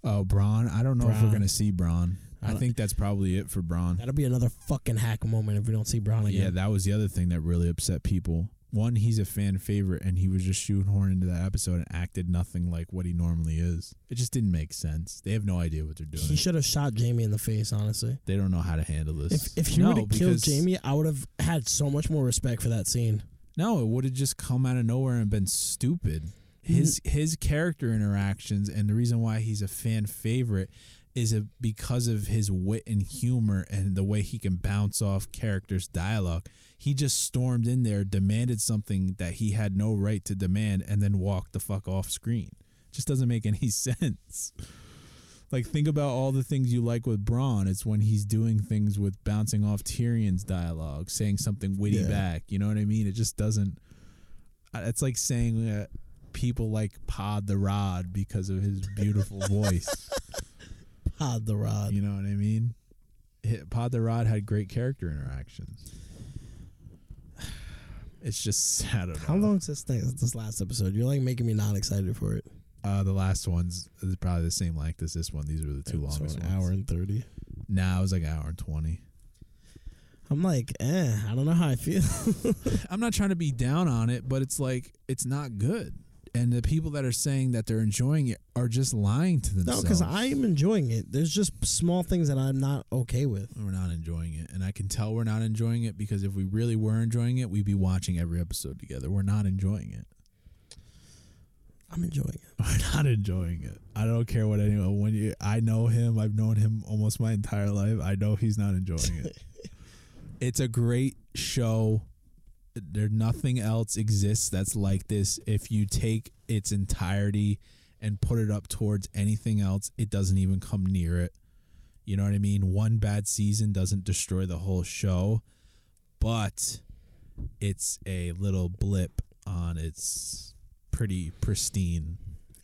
[SPEAKER 7] Oh, Braun. I don't know if we're
[SPEAKER 8] Bronn.
[SPEAKER 7] gonna see Braun.
[SPEAKER 8] I
[SPEAKER 7] I
[SPEAKER 8] don't-
[SPEAKER 7] think that's probably it for Braun.
[SPEAKER 8] That'll be another fucking hack moment if we don't see Brown
[SPEAKER 7] Yeah,
[SPEAKER 8] again.
[SPEAKER 7] that was the other thing that really upset people. One, he's a fan favorite, and he was just shoehorned into that episode and acted nothing like what he normally is. It just didn't make sense. They have no idea what they're
[SPEAKER 8] he
[SPEAKER 7] doing.
[SPEAKER 8] should have shot Jamie in the face, honestly.
[SPEAKER 7] they don't know how to handle
[SPEAKER 8] If,
[SPEAKER 7] this.
[SPEAKER 8] if he
[SPEAKER 7] No,
[SPEAKER 8] would have killed
[SPEAKER 7] because-
[SPEAKER 8] Jamie, I would have had so much more respect for that scene.
[SPEAKER 7] no, it would have just come out of nowhere and been stupid. His his character interactions and the reason why he's a fan favorite is a, because of his wit and humor and the way he can bounce off characters' dialogue. He just stormed in there, demanded something that he had no right to demand, and then walked the fuck off screen. Just doesn't make any sense. Like think about all the things you like with Braun. It's when he's doing things with bouncing off Tyrion's dialogue, saying something witty
[SPEAKER 8] Yeah.
[SPEAKER 7] back. You know what I mean? It just doesn't. I- It's like saying uh, people like Pod the Rod because of his beautiful voice.
[SPEAKER 8] Pod the rod.
[SPEAKER 7] You know what I mean? Hit- Pod the Rod had great character interactions. It's just I don't know.
[SPEAKER 8] How long is this thing? This last episode? You're like making me not excited for it.
[SPEAKER 7] Uh, the last one's is probably the same length as this one. These were the two
[SPEAKER 8] so
[SPEAKER 7] longest
[SPEAKER 8] an
[SPEAKER 7] ones.
[SPEAKER 8] hour and thirty.
[SPEAKER 7] Nah, it was like an hour and twenty.
[SPEAKER 8] I'm like, eh, I don't know how I feel.
[SPEAKER 7] I'm not trying to be down on it, but it's like it's not good. And the people that are saying that they're enjoying it are just lying to
[SPEAKER 8] no,
[SPEAKER 7] themselves.
[SPEAKER 8] because I am enjoying it. There's just small things that I'm not okay with.
[SPEAKER 7] we're not enjoying it, and I can tell we're not enjoying it because if we really were enjoying it, we'd be watching every episode together. We're not enjoying it.
[SPEAKER 8] I'm enjoying it.
[SPEAKER 7] We're not enjoying it. I don't care what anyone. When you, I know him. I've known him almost my entire life. I know he's not enjoying it. it's a great show. There nothing else exists that's like this. If you take its entirety and put it up towards anything else, it doesn't even come near it. You know what I mean? One bad season doesn't destroy the whole show, but it's a little blip on its pretty pristine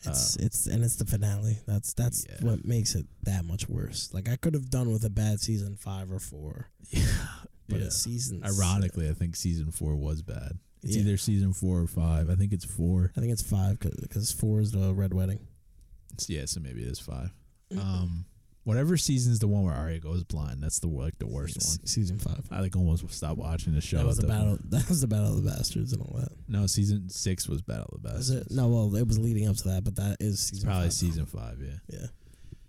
[SPEAKER 8] It's it's and it's the finale. That's that's
[SPEAKER 7] Uh. Yeah.
[SPEAKER 8] what makes it that much worse. Like I could have done with a bad season five or four. But
[SPEAKER 7] Yeah.
[SPEAKER 8] it's season
[SPEAKER 7] Ironically, I think season four was bad. It's
[SPEAKER 8] Yeah.
[SPEAKER 7] either season four or five. I think it's four.
[SPEAKER 8] I think it's five because four is the red wedding.
[SPEAKER 7] It's, yeah, so maybe it is five.
[SPEAKER 8] Mm-hmm.
[SPEAKER 7] Um, whatever season is the one where Arya goes blind. That's the like the worst
[SPEAKER 8] S-
[SPEAKER 7] one.
[SPEAKER 8] Season five.
[SPEAKER 7] I like almost stopped watching the show.
[SPEAKER 8] That was
[SPEAKER 7] at
[SPEAKER 8] the
[SPEAKER 7] that
[SPEAKER 8] battle.
[SPEAKER 7] point.
[SPEAKER 8] That was the battle of the bastards and all that.
[SPEAKER 7] No, season six was Battle of the
[SPEAKER 8] Is
[SPEAKER 7] Bastards.
[SPEAKER 8] it? No, well, it was leading up to that, but that is
[SPEAKER 7] It's
[SPEAKER 8] season
[SPEAKER 7] probably
[SPEAKER 8] five.
[SPEAKER 7] season five. Yeah.
[SPEAKER 8] Yeah.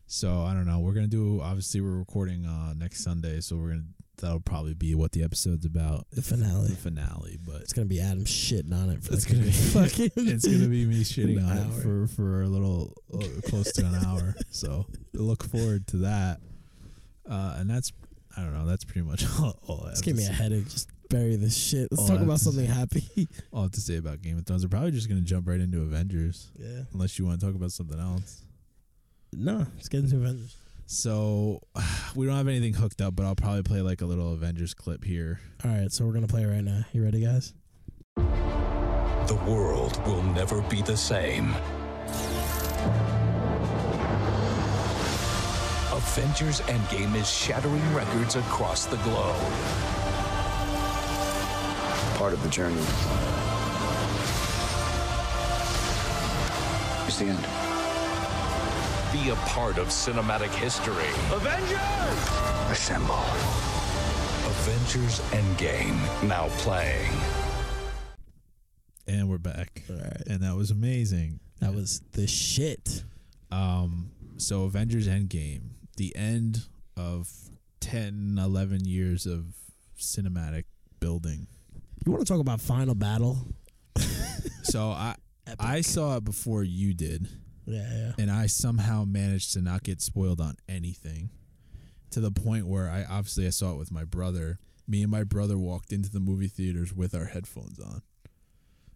[SPEAKER 7] So I don't know. We're gonna do. Obviously, we're recording uh next Sunday, so we're gonna. That'll probably be what the episode's about.
[SPEAKER 8] The finale.
[SPEAKER 7] The finale, but
[SPEAKER 8] It's gonna be Adam shitting on it for
[SPEAKER 7] It's
[SPEAKER 8] like
[SPEAKER 7] gonna be
[SPEAKER 8] fucking.
[SPEAKER 7] It's gonna be me shitting
[SPEAKER 8] An
[SPEAKER 7] on
[SPEAKER 8] hour.
[SPEAKER 7] it for for a little uh, close to an hour. So look forward to that. Uh, and that's I don't know. That's pretty much all. all I have
[SPEAKER 8] Just
[SPEAKER 7] to
[SPEAKER 8] give me a
[SPEAKER 7] say-
[SPEAKER 8] headache. Just bury this shit. Let's
[SPEAKER 7] Oh,
[SPEAKER 8] talk about
[SPEAKER 7] that's-
[SPEAKER 8] something happy.
[SPEAKER 7] all I have to say about Game of Thrones. We're probably just gonna jump right into Avengers,
[SPEAKER 8] yeah.
[SPEAKER 7] unless you want to talk about something else.
[SPEAKER 8] No, it's getting to Avengers.
[SPEAKER 7] So we don't have anything hooked up, but I'll probably play like a little Avengers clip here.
[SPEAKER 8] All right, so we're gonna play right now. You ready, guys?
[SPEAKER 2] The world will never be the same. Avengers Endgame is shattering records across the globe.
[SPEAKER 6] part of the journey. It's the end.
[SPEAKER 2] Be a part of cinematic history.
[SPEAKER 6] Assemble.
[SPEAKER 2] Avengers Endgame, now playing.
[SPEAKER 7] And we're back.
[SPEAKER 8] All right.
[SPEAKER 7] And that was amazing.
[SPEAKER 8] That was the shit.
[SPEAKER 7] Um, so Avengers Endgame, the end of 10, 11 years of cinematic building.
[SPEAKER 8] You want to talk about final battle?
[SPEAKER 7] So I I saw it before you did,
[SPEAKER 8] Yeah, yeah.
[SPEAKER 7] and I somehow managed to not get spoiled on anything to the point where I obviously I saw it with my brother. Me and my brother walked into the movie theaters with our headphones on.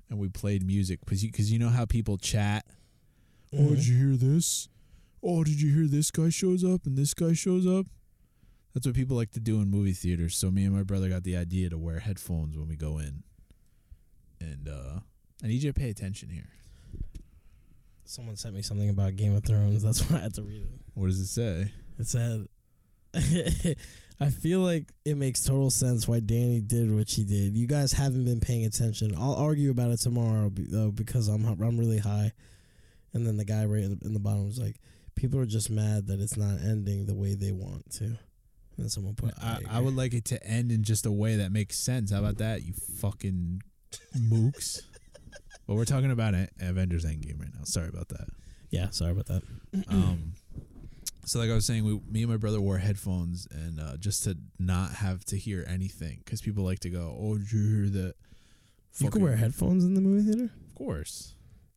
[SPEAKER 7] And we played music because you, 'cause you know how people chat Oh, did you hear this? Oh, did you hear this guy shows up and this guy shows up? That's what people like to do in movie theaters. So me and my brother got the idea to wear headphones when we go in. And uh I need you to pay attention here.
[SPEAKER 8] Someone sent me something about Game of Thrones. That's why I had to read it.
[SPEAKER 7] What does it say?
[SPEAKER 8] It said, I feel like it makes total sense why Danny did what she did. You guys haven't been paying attention. I'll argue about it tomorrow be- though because I'm I'm really high. And then the guy right in the- in the bottom was like, people are just mad that it's not ending the way they want to. And then someone put,
[SPEAKER 7] I, I
[SPEAKER 8] agree."
[SPEAKER 7] would like it to end in just a way that makes sense. How about that, you fucking mooks? but we're talking about A- Avengers Endgame right now. Sorry about that.
[SPEAKER 8] Yeah, sorry about that.
[SPEAKER 7] Um, so like I was saying, we, me and my brother wore headphones and uh, just to not have to hear anything because people like to go, "Oh, did you hear that?"
[SPEAKER 8] You could
[SPEAKER 7] fucking-"
[SPEAKER 8] wear headphones in the movie theater,
[SPEAKER 7] of course.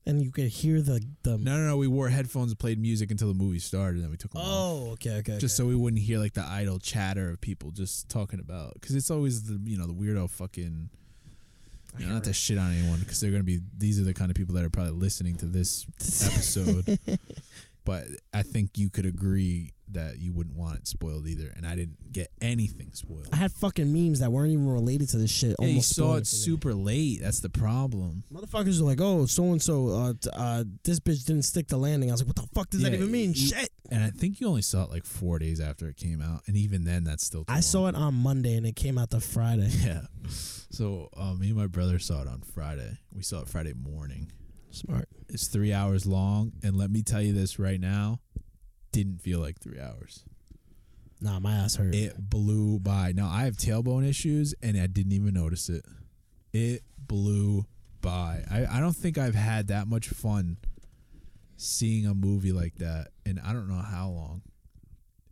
[SPEAKER 8] and you could hear the the.
[SPEAKER 7] No, no, no. We wore headphones and played music until the movie started, and then we took them off.
[SPEAKER 8] Oh, okay, okay.
[SPEAKER 7] Just so we wouldn't hear like the idle chatter of people just talking about, because it's always the you know the weirdo fucking. You know, not to shit on anyone because they're gonna be these are the kind of people that are probably listening to this episode. but I think you could agree that you wouldn't want it spoiled either, and I didn't get anything spoiled.
[SPEAKER 8] I had fucking memes that weren't even related to this shit.
[SPEAKER 7] Yeah, you
[SPEAKER 8] almost
[SPEAKER 7] saw
[SPEAKER 8] spoiled
[SPEAKER 7] it
[SPEAKER 8] for me.
[SPEAKER 7] super late. That's the problem.
[SPEAKER 8] Motherfuckers are like, oh, so and so, uh, this bitch didn't stick the landing. I was like, what the fuck does that
[SPEAKER 7] Yeah,
[SPEAKER 8] even mean?
[SPEAKER 7] you-
[SPEAKER 8] Shit.
[SPEAKER 7] And I think you only saw it like four days after it came out, and even then, that's still. Too
[SPEAKER 8] I saw it on Monday and it came out the Friday.
[SPEAKER 7] Yeah. So uh, me and my brother saw it on Friday. We saw it Friday morning.
[SPEAKER 8] Smart.
[SPEAKER 7] is three hours long, and let me tell you this right now, didn't feel like three hours.
[SPEAKER 8] Nah, my ass hurt.
[SPEAKER 7] It blew by. Now I have tailbone issues, and I didn't even notice it. It blew by. I, I don't think I've had that much fun seeing a movie like that, and I don't know how long.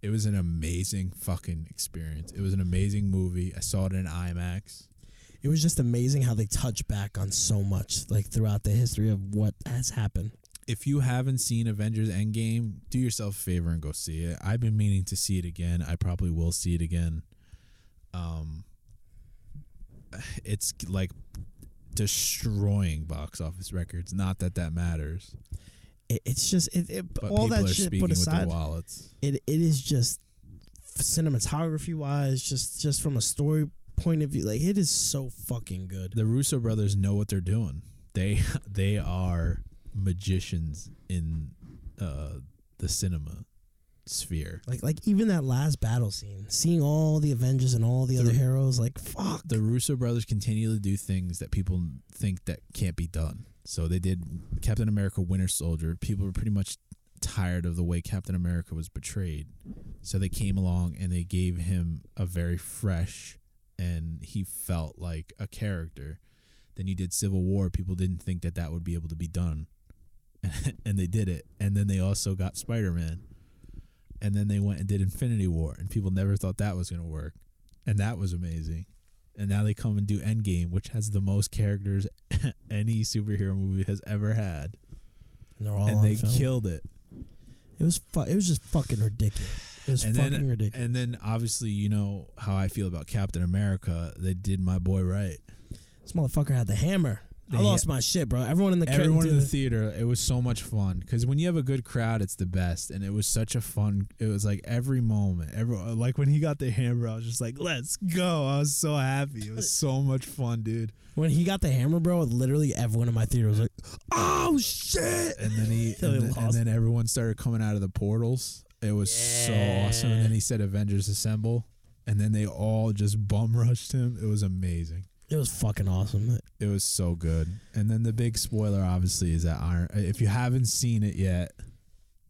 [SPEAKER 7] It was an amazing fucking experience. It was an amazing movie. I saw it in IMAX.
[SPEAKER 8] it was just amazing how they touch back on so much, like throughout the history of what has happened.
[SPEAKER 7] if you haven't seen Avengers Endgame, do yourself a favor and go see it. I've been meaning to see it again. I probably will see it again. Um it's like destroying box office records. Not that that matters,
[SPEAKER 8] It, it's just it, it
[SPEAKER 7] but people
[SPEAKER 8] all that
[SPEAKER 7] are
[SPEAKER 8] shit
[SPEAKER 7] speaking
[SPEAKER 8] put
[SPEAKER 7] with their
[SPEAKER 8] aside.
[SPEAKER 7] wallets.
[SPEAKER 8] it it is just cinematography wise, just just from a story point of view, like it is so fucking good.
[SPEAKER 7] The Russo brothers know what they're doing. They they are magicians in uh the cinema sphere.
[SPEAKER 8] Like like even that last battle scene, seeing all the Avengers and all the other heroes, like fuck.
[SPEAKER 7] the Russo brothers continually do things that people think that can't be done. So they did Captain America Winter Soldier. People were pretty much tired of the way Captain America was betrayed. So they came along and they gave him a very fresh and he felt like a character. Then you did Civil War. People didn't think that that would be able to be done. and they did it. And then they also got Spider-Man. And then they went and did Infinity War and people never thought that was going to work. And that was amazing and now they come and do Endgame, which has the most characters any superhero movie has ever had,
[SPEAKER 8] And they're all
[SPEAKER 7] and
[SPEAKER 8] on
[SPEAKER 7] they
[SPEAKER 8] film.
[SPEAKER 7] killed it.
[SPEAKER 8] It was fu- it was just fucking ridiculous. It was
[SPEAKER 7] And
[SPEAKER 8] fucking
[SPEAKER 7] then, uh,
[SPEAKER 8] ridiculous.
[SPEAKER 7] and then obviously, you know how I feel about Captain America. They did my boy right.
[SPEAKER 8] This motherfucker had the hammer. I
[SPEAKER 7] They-
[SPEAKER 8] lost my shit, bro. Everyone in the curtain
[SPEAKER 7] Everyone in
[SPEAKER 8] did
[SPEAKER 7] the
[SPEAKER 8] it.
[SPEAKER 7] theater, it was so much fun because when you have a good crowd, it's the best. And it was such a fun. It was like every moment, every like when he got the hammer, I was just like, "Let's go!" I was so happy. It was so much fun, dude.
[SPEAKER 8] when he got the hammer, bro. Literally everyone in my theater was like, "Oh shit!"
[SPEAKER 7] and then he
[SPEAKER 8] So
[SPEAKER 7] and,
[SPEAKER 8] we
[SPEAKER 7] then, and
[SPEAKER 8] lost.
[SPEAKER 7] then everyone started coming out of the portals. It was so awesome. And then he said Avengers Assemble. And then they all just bum rushed him. It was amazing.
[SPEAKER 8] It was fucking awesome.
[SPEAKER 7] It was so good. And then the big spoiler obviously is that Iron if you haven't seen it yet,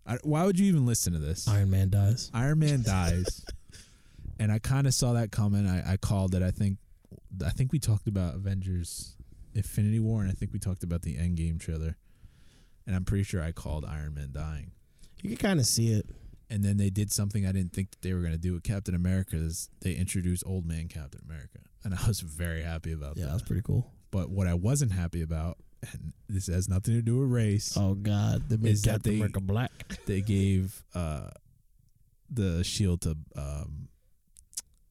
[SPEAKER 7] I, why would you even listen to this?
[SPEAKER 8] Iron Man dies.
[SPEAKER 7] Iron Man dies. and I kind of saw that coming. I, I called it. I think I think we talked about Avengers Infinity War and I think we talked about the Endgame trailer. And I'm pretty sure I called Iron Man dying.
[SPEAKER 8] You can kind of see it.
[SPEAKER 7] And then they did something I didn't think that they were going to do with Captain America is they introduced old man Captain America. And I was very happy about
[SPEAKER 8] Yeah, that
[SPEAKER 7] that.
[SPEAKER 8] was pretty cool.
[SPEAKER 7] But what I wasn't happy about, and this has nothing to do with race,
[SPEAKER 8] Oh God, the
[SPEAKER 7] Is that they-
[SPEAKER 8] black?
[SPEAKER 7] they gave uh, the shield to um,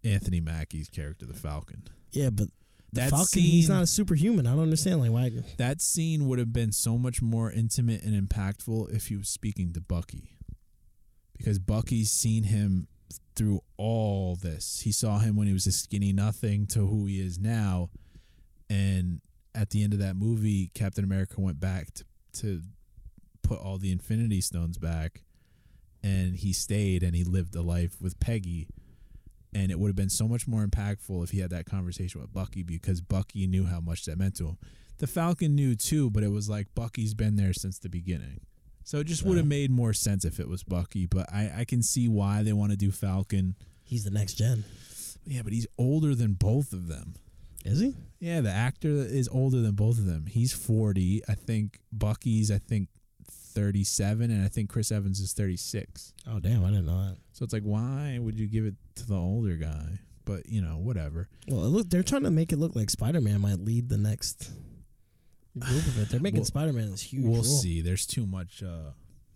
[SPEAKER 7] Anthony Mackie's character, the Falcon.
[SPEAKER 8] Yeah, but the
[SPEAKER 7] That
[SPEAKER 8] Falcon, he's
[SPEAKER 7] scene-
[SPEAKER 8] not a superhuman. I don't understand. Like, why?
[SPEAKER 7] That scene would have been so much more intimate and impactful if he was speaking to Bucky. Because Bucky's seen him through all this. He saw him when he was a skinny nothing to who he is now. And at the end of that movie, Captain America went back to, to put all the Infinity Stones back. And he stayed and he lived a life with Peggy. And it would have been so much more impactful if he had that conversation with Bucky because Bucky knew how much that meant to him. The Falcon knew too, but it was like Bucky's been there since the beginning. So it just would have made more sense if it was Bucky, but I, I can see why they want to do Falcon.
[SPEAKER 8] He's the next gen.
[SPEAKER 7] Yeah, but he's older than both of them.
[SPEAKER 8] Is he?
[SPEAKER 7] Yeah, the actor is older than both of them. He's 40. I think Bucky's, I think, 37, and I think Chris Evans is 36.
[SPEAKER 8] Oh damn, I didn't know that.
[SPEAKER 7] So it's like, why would you give it to the older guy? But, you know, whatever.
[SPEAKER 8] Well, it look, they're trying to make it look like Spider Man might lead the next group of it. They're making
[SPEAKER 7] Well,
[SPEAKER 8] Spider Man this huge.
[SPEAKER 7] We'll
[SPEAKER 8] role.
[SPEAKER 7] see. There's too much. Uh,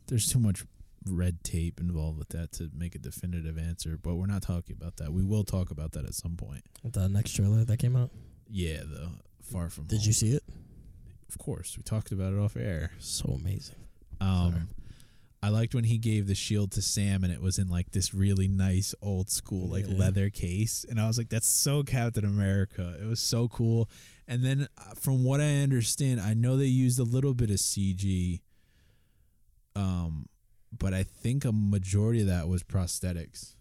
[SPEAKER 7] there's too much red tape involved with that to make a definitive answer. But we're not talking about that. We will talk about that at some point.
[SPEAKER 8] the next trailer that came out.
[SPEAKER 7] Yeah, though. Far from.
[SPEAKER 8] Did
[SPEAKER 7] home.
[SPEAKER 8] you see it?
[SPEAKER 7] Of course, we talked about it off air.
[SPEAKER 8] So amazing.
[SPEAKER 7] Um, I liked when he gave the shield to Sam, and it was in like this really nice old school like
[SPEAKER 8] Yeah.
[SPEAKER 7] leather case, and I was like, "That's so Captain America." It was so cool. And then, uh, from what I understand, I know they used a little bit of CG, um, but I think a majority of that was prosthetics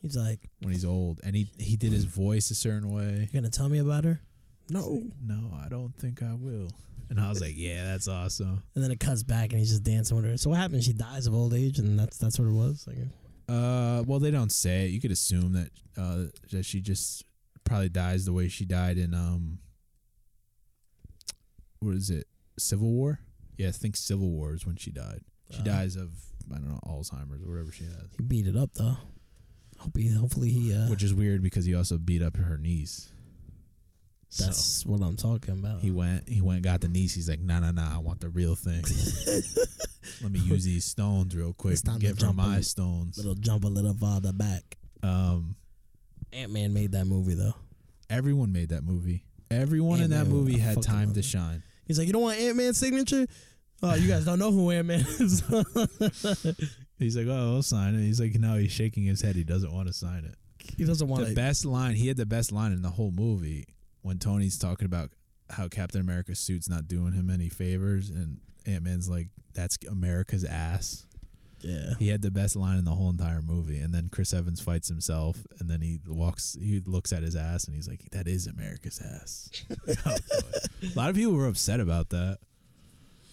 [SPEAKER 8] He's like,
[SPEAKER 7] when he's old, and he he did his voice a certain way.
[SPEAKER 8] "You're gonna tell me about her?" No.
[SPEAKER 7] No, I don't think I will. And I was like, yeah, that's awesome.
[SPEAKER 8] And then it cuts back, and he's just dancing with her. So what happened? She dies of old age, and that's that's what it was. Like,
[SPEAKER 7] Uh, well, they don't say it. You could assume that uh that she just probably dies the way she died in um. What is it? Civil War? Yeah, I think Civil War is when she died.
[SPEAKER 8] Uh-huh.
[SPEAKER 7] She dies of I don't know Alzheimer's or whatever she has,
[SPEAKER 8] he beat it up though. Hope he, hopefully he. Uh,
[SPEAKER 7] which is weird because he also beat up her niece. So
[SPEAKER 8] that's uh-huh. what I'm talking about.
[SPEAKER 7] he went, he went, and got the niece. He's like, nah, nah, nah, I want the real thing. Let me use these stones real quick.
[SPEAKER 8] It's time to
[SPEAKER 7] Get from
[SPEAKER 8] jump
[SPEAKER 7] my
[SPEAKER 8] on-
[SPEAKER 7] stones.
[SPEAKER 8] little jump a little farther back.
[SPEAKER 7] Um,
[SPEAKER 8] Ant Man made that movie though.
[SPEAKER 7] everyone made that movie. Everyone in that
[SPEAKER 8] Ant-Man,
[SPEAKER 7] movie
[SPEAKER 8] I
[SPEAKER 7] had
[SPEAKER 8] fucking
[SPEAKER 7] time
[SPEAKER 8] love
[SPEAKER 7] to
[SPEAKER 8] it.
[SPEAKER 7] shine.
[SPEAKER 8] He's like, you don't want Ant Man's signature? Oh, you guys don't know who Ant Man is.
[SPEAKER 7] He's like, oh, I'll sign it. He's like, no, he's shaking his head. He doesn't want to sign it.
[SPEAKER 8] he doesn't want
[SPEAKER 7] The
[SPEAKER 8] to.
[SPEAKER 7] best line, he had the best line in the whole movie when Tony's talking about how Captain America's suit's not doing him any favors. And Ant Man's like, that's America's ass.
[SPEAKER 8] yeah.
[SPEAKER 7] He had the best line in the whole entire movie. And then Chris Evans fights himself. And then he walks, he looks at his ass and he's like, that is America's ass. a lot of people were upset about that.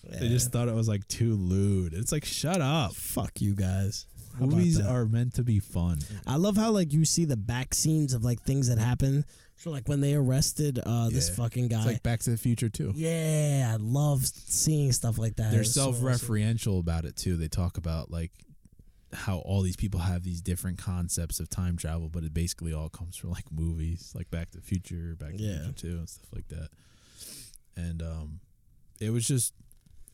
[SPEAKER 7] They just thought it was like too lewd. It's like, shut up.
[SPEAKER 8] Fuck you guys. How about
[SPEAKER 7] Movies
[SPEAKER 8] that?
[SPEAKER 7] are meant to be fun.
[SPEAKER 8] I love how like you see the back scenes of like things that happen. So like when they arrested uh this
[SPEAKER 7] Yeah.
[SPEAKER 8] fucking guy.
[SPEAKER 7] It's like Back to the Future too.
[SPEAKER 8] yeah, I love seeing stuff like that.
[SPEAKER 7] They're
[SPEAKER 8] It's so
[SPEAKER 7] self-referential about it too. They talk about like how all these people have these different concepts of time travel, but it basically all comes from like movies, like Back to the Future, Back to
[SPEAKER 8] Yeah.
[SPEAKER 7] the Future Two, and stuff like that. And um, it was just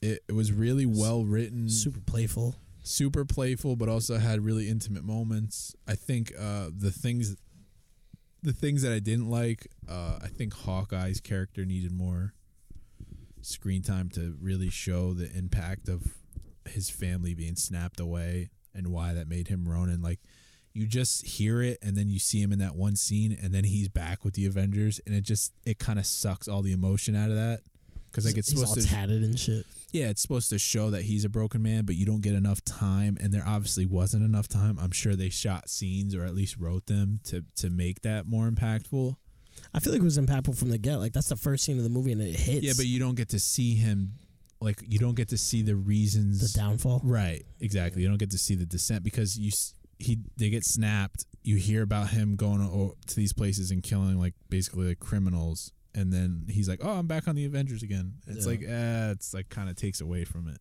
[SPEAKER 7] it, it was really well written,
[SPEAKER 8] awesome. super playful.
[SPEAKER 7] super playful, but also had really intimate moments. I think uh, the things the things that I didn't like, uh, I think Hawkeye's character needed more screen time to really show the impact of his family being snapped away and why that made him Ronin. Like you just hear it and then you see him in that one scene and then he's back with the Avengers and it just it kind of sucks all the emotion out of that because like it's
[SPEAKER 8] He's
[SPEAKER 7] supposed
[SPEAKER 8] all
[SPEAKER 7] to
[SPEAKER 8] tatted and shit.
[SPEAKER 7] yeah, it's supposed to show that he's a broken man, but you don't get enough time, and there obviously wasn't enough time. I'm sure they shot scenes or at least wrote them to to make that more impactful.
[SPEAKER 8] I feel like it was impactful from the get. Like that's the first scene of the movie and it hits.
[SPEAKER 7] Yeah, but you don't get to see him, like you don't get to see the reasons.
[SPEAKER 8] the downfall.
[SPEAKER 7] Right, exactly. You don't get to see the descent because you s- he they get snapped. You hear about him going o- to these places and killing like basically like criminals, and then he's like, "Oh, I'm back on the Avengers again." It's
[SPEAKER 8] Yeah.
[SPEAKER 7] like, eh, it's like kind of takes away from it.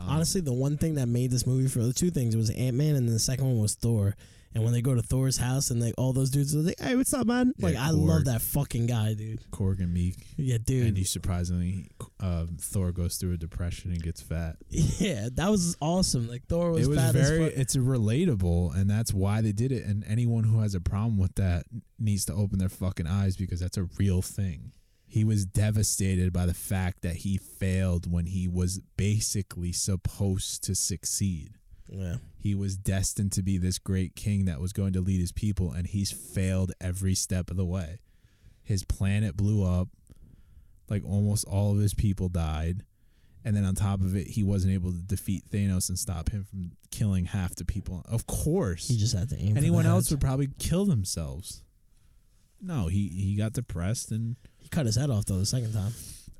[SPEAKER 7] Um,
[SPEAKER 8] Honestly, the one thing that made this movie for the two things it was Ant Man, and then the second one was Thor. And when they go to Thor's house, and like all those dudes are like, "Hey, what's up, man?"
[SPEAKER 7] Yeah,
[SPEAKER 8] like I
[SPEAKER 7] Korg.
[SPEAKER 8] love that fucking guy, dude.
[SPEAKER 7] Korg and Meek.
[SPEAKER 8] Yeah,
[SPEAKER 7] And
[SPEAKER 8] dude.
[SPEAKER 7] he surprisingly, uh, Thor goes through a depression and gets fat.
[SPEAKER 8] yeah, that was awesome. Like Thor was,
[SPEAKER 7] it was
[SPEAKER 8] bad
[SPEAKER 7] very,
[SPEAKER 8] as fuck.
[SPEAKER 7] it's relatable, and that's why they did it. And anyone who has a problem with that needs to open their fucking eyes because that's a real thing. He was devastated by the fact that he failed when he was basically supposed to succeed.
[SPEAKER 8] Yeah,
[SPEAKER 7] He was destined to be this great king that was going to lead his people, and he's failed every step of the way. His planet blew up, like almost all of his people died. And then on top of it, he wasn't able to defeat Thanos and stop him from killing half the people. Of course,
[SPEAKER 8] he just had to aim. for
[SPEAKER 7] anyone
[SPEAKER 8] the
[SPEAKER 7] else
[SPEAKER 8] head.
[SPEAKER 7] would probably kill themselves. No, he he got depressed and
[SPEAKER 8] He cut his head off though the second time.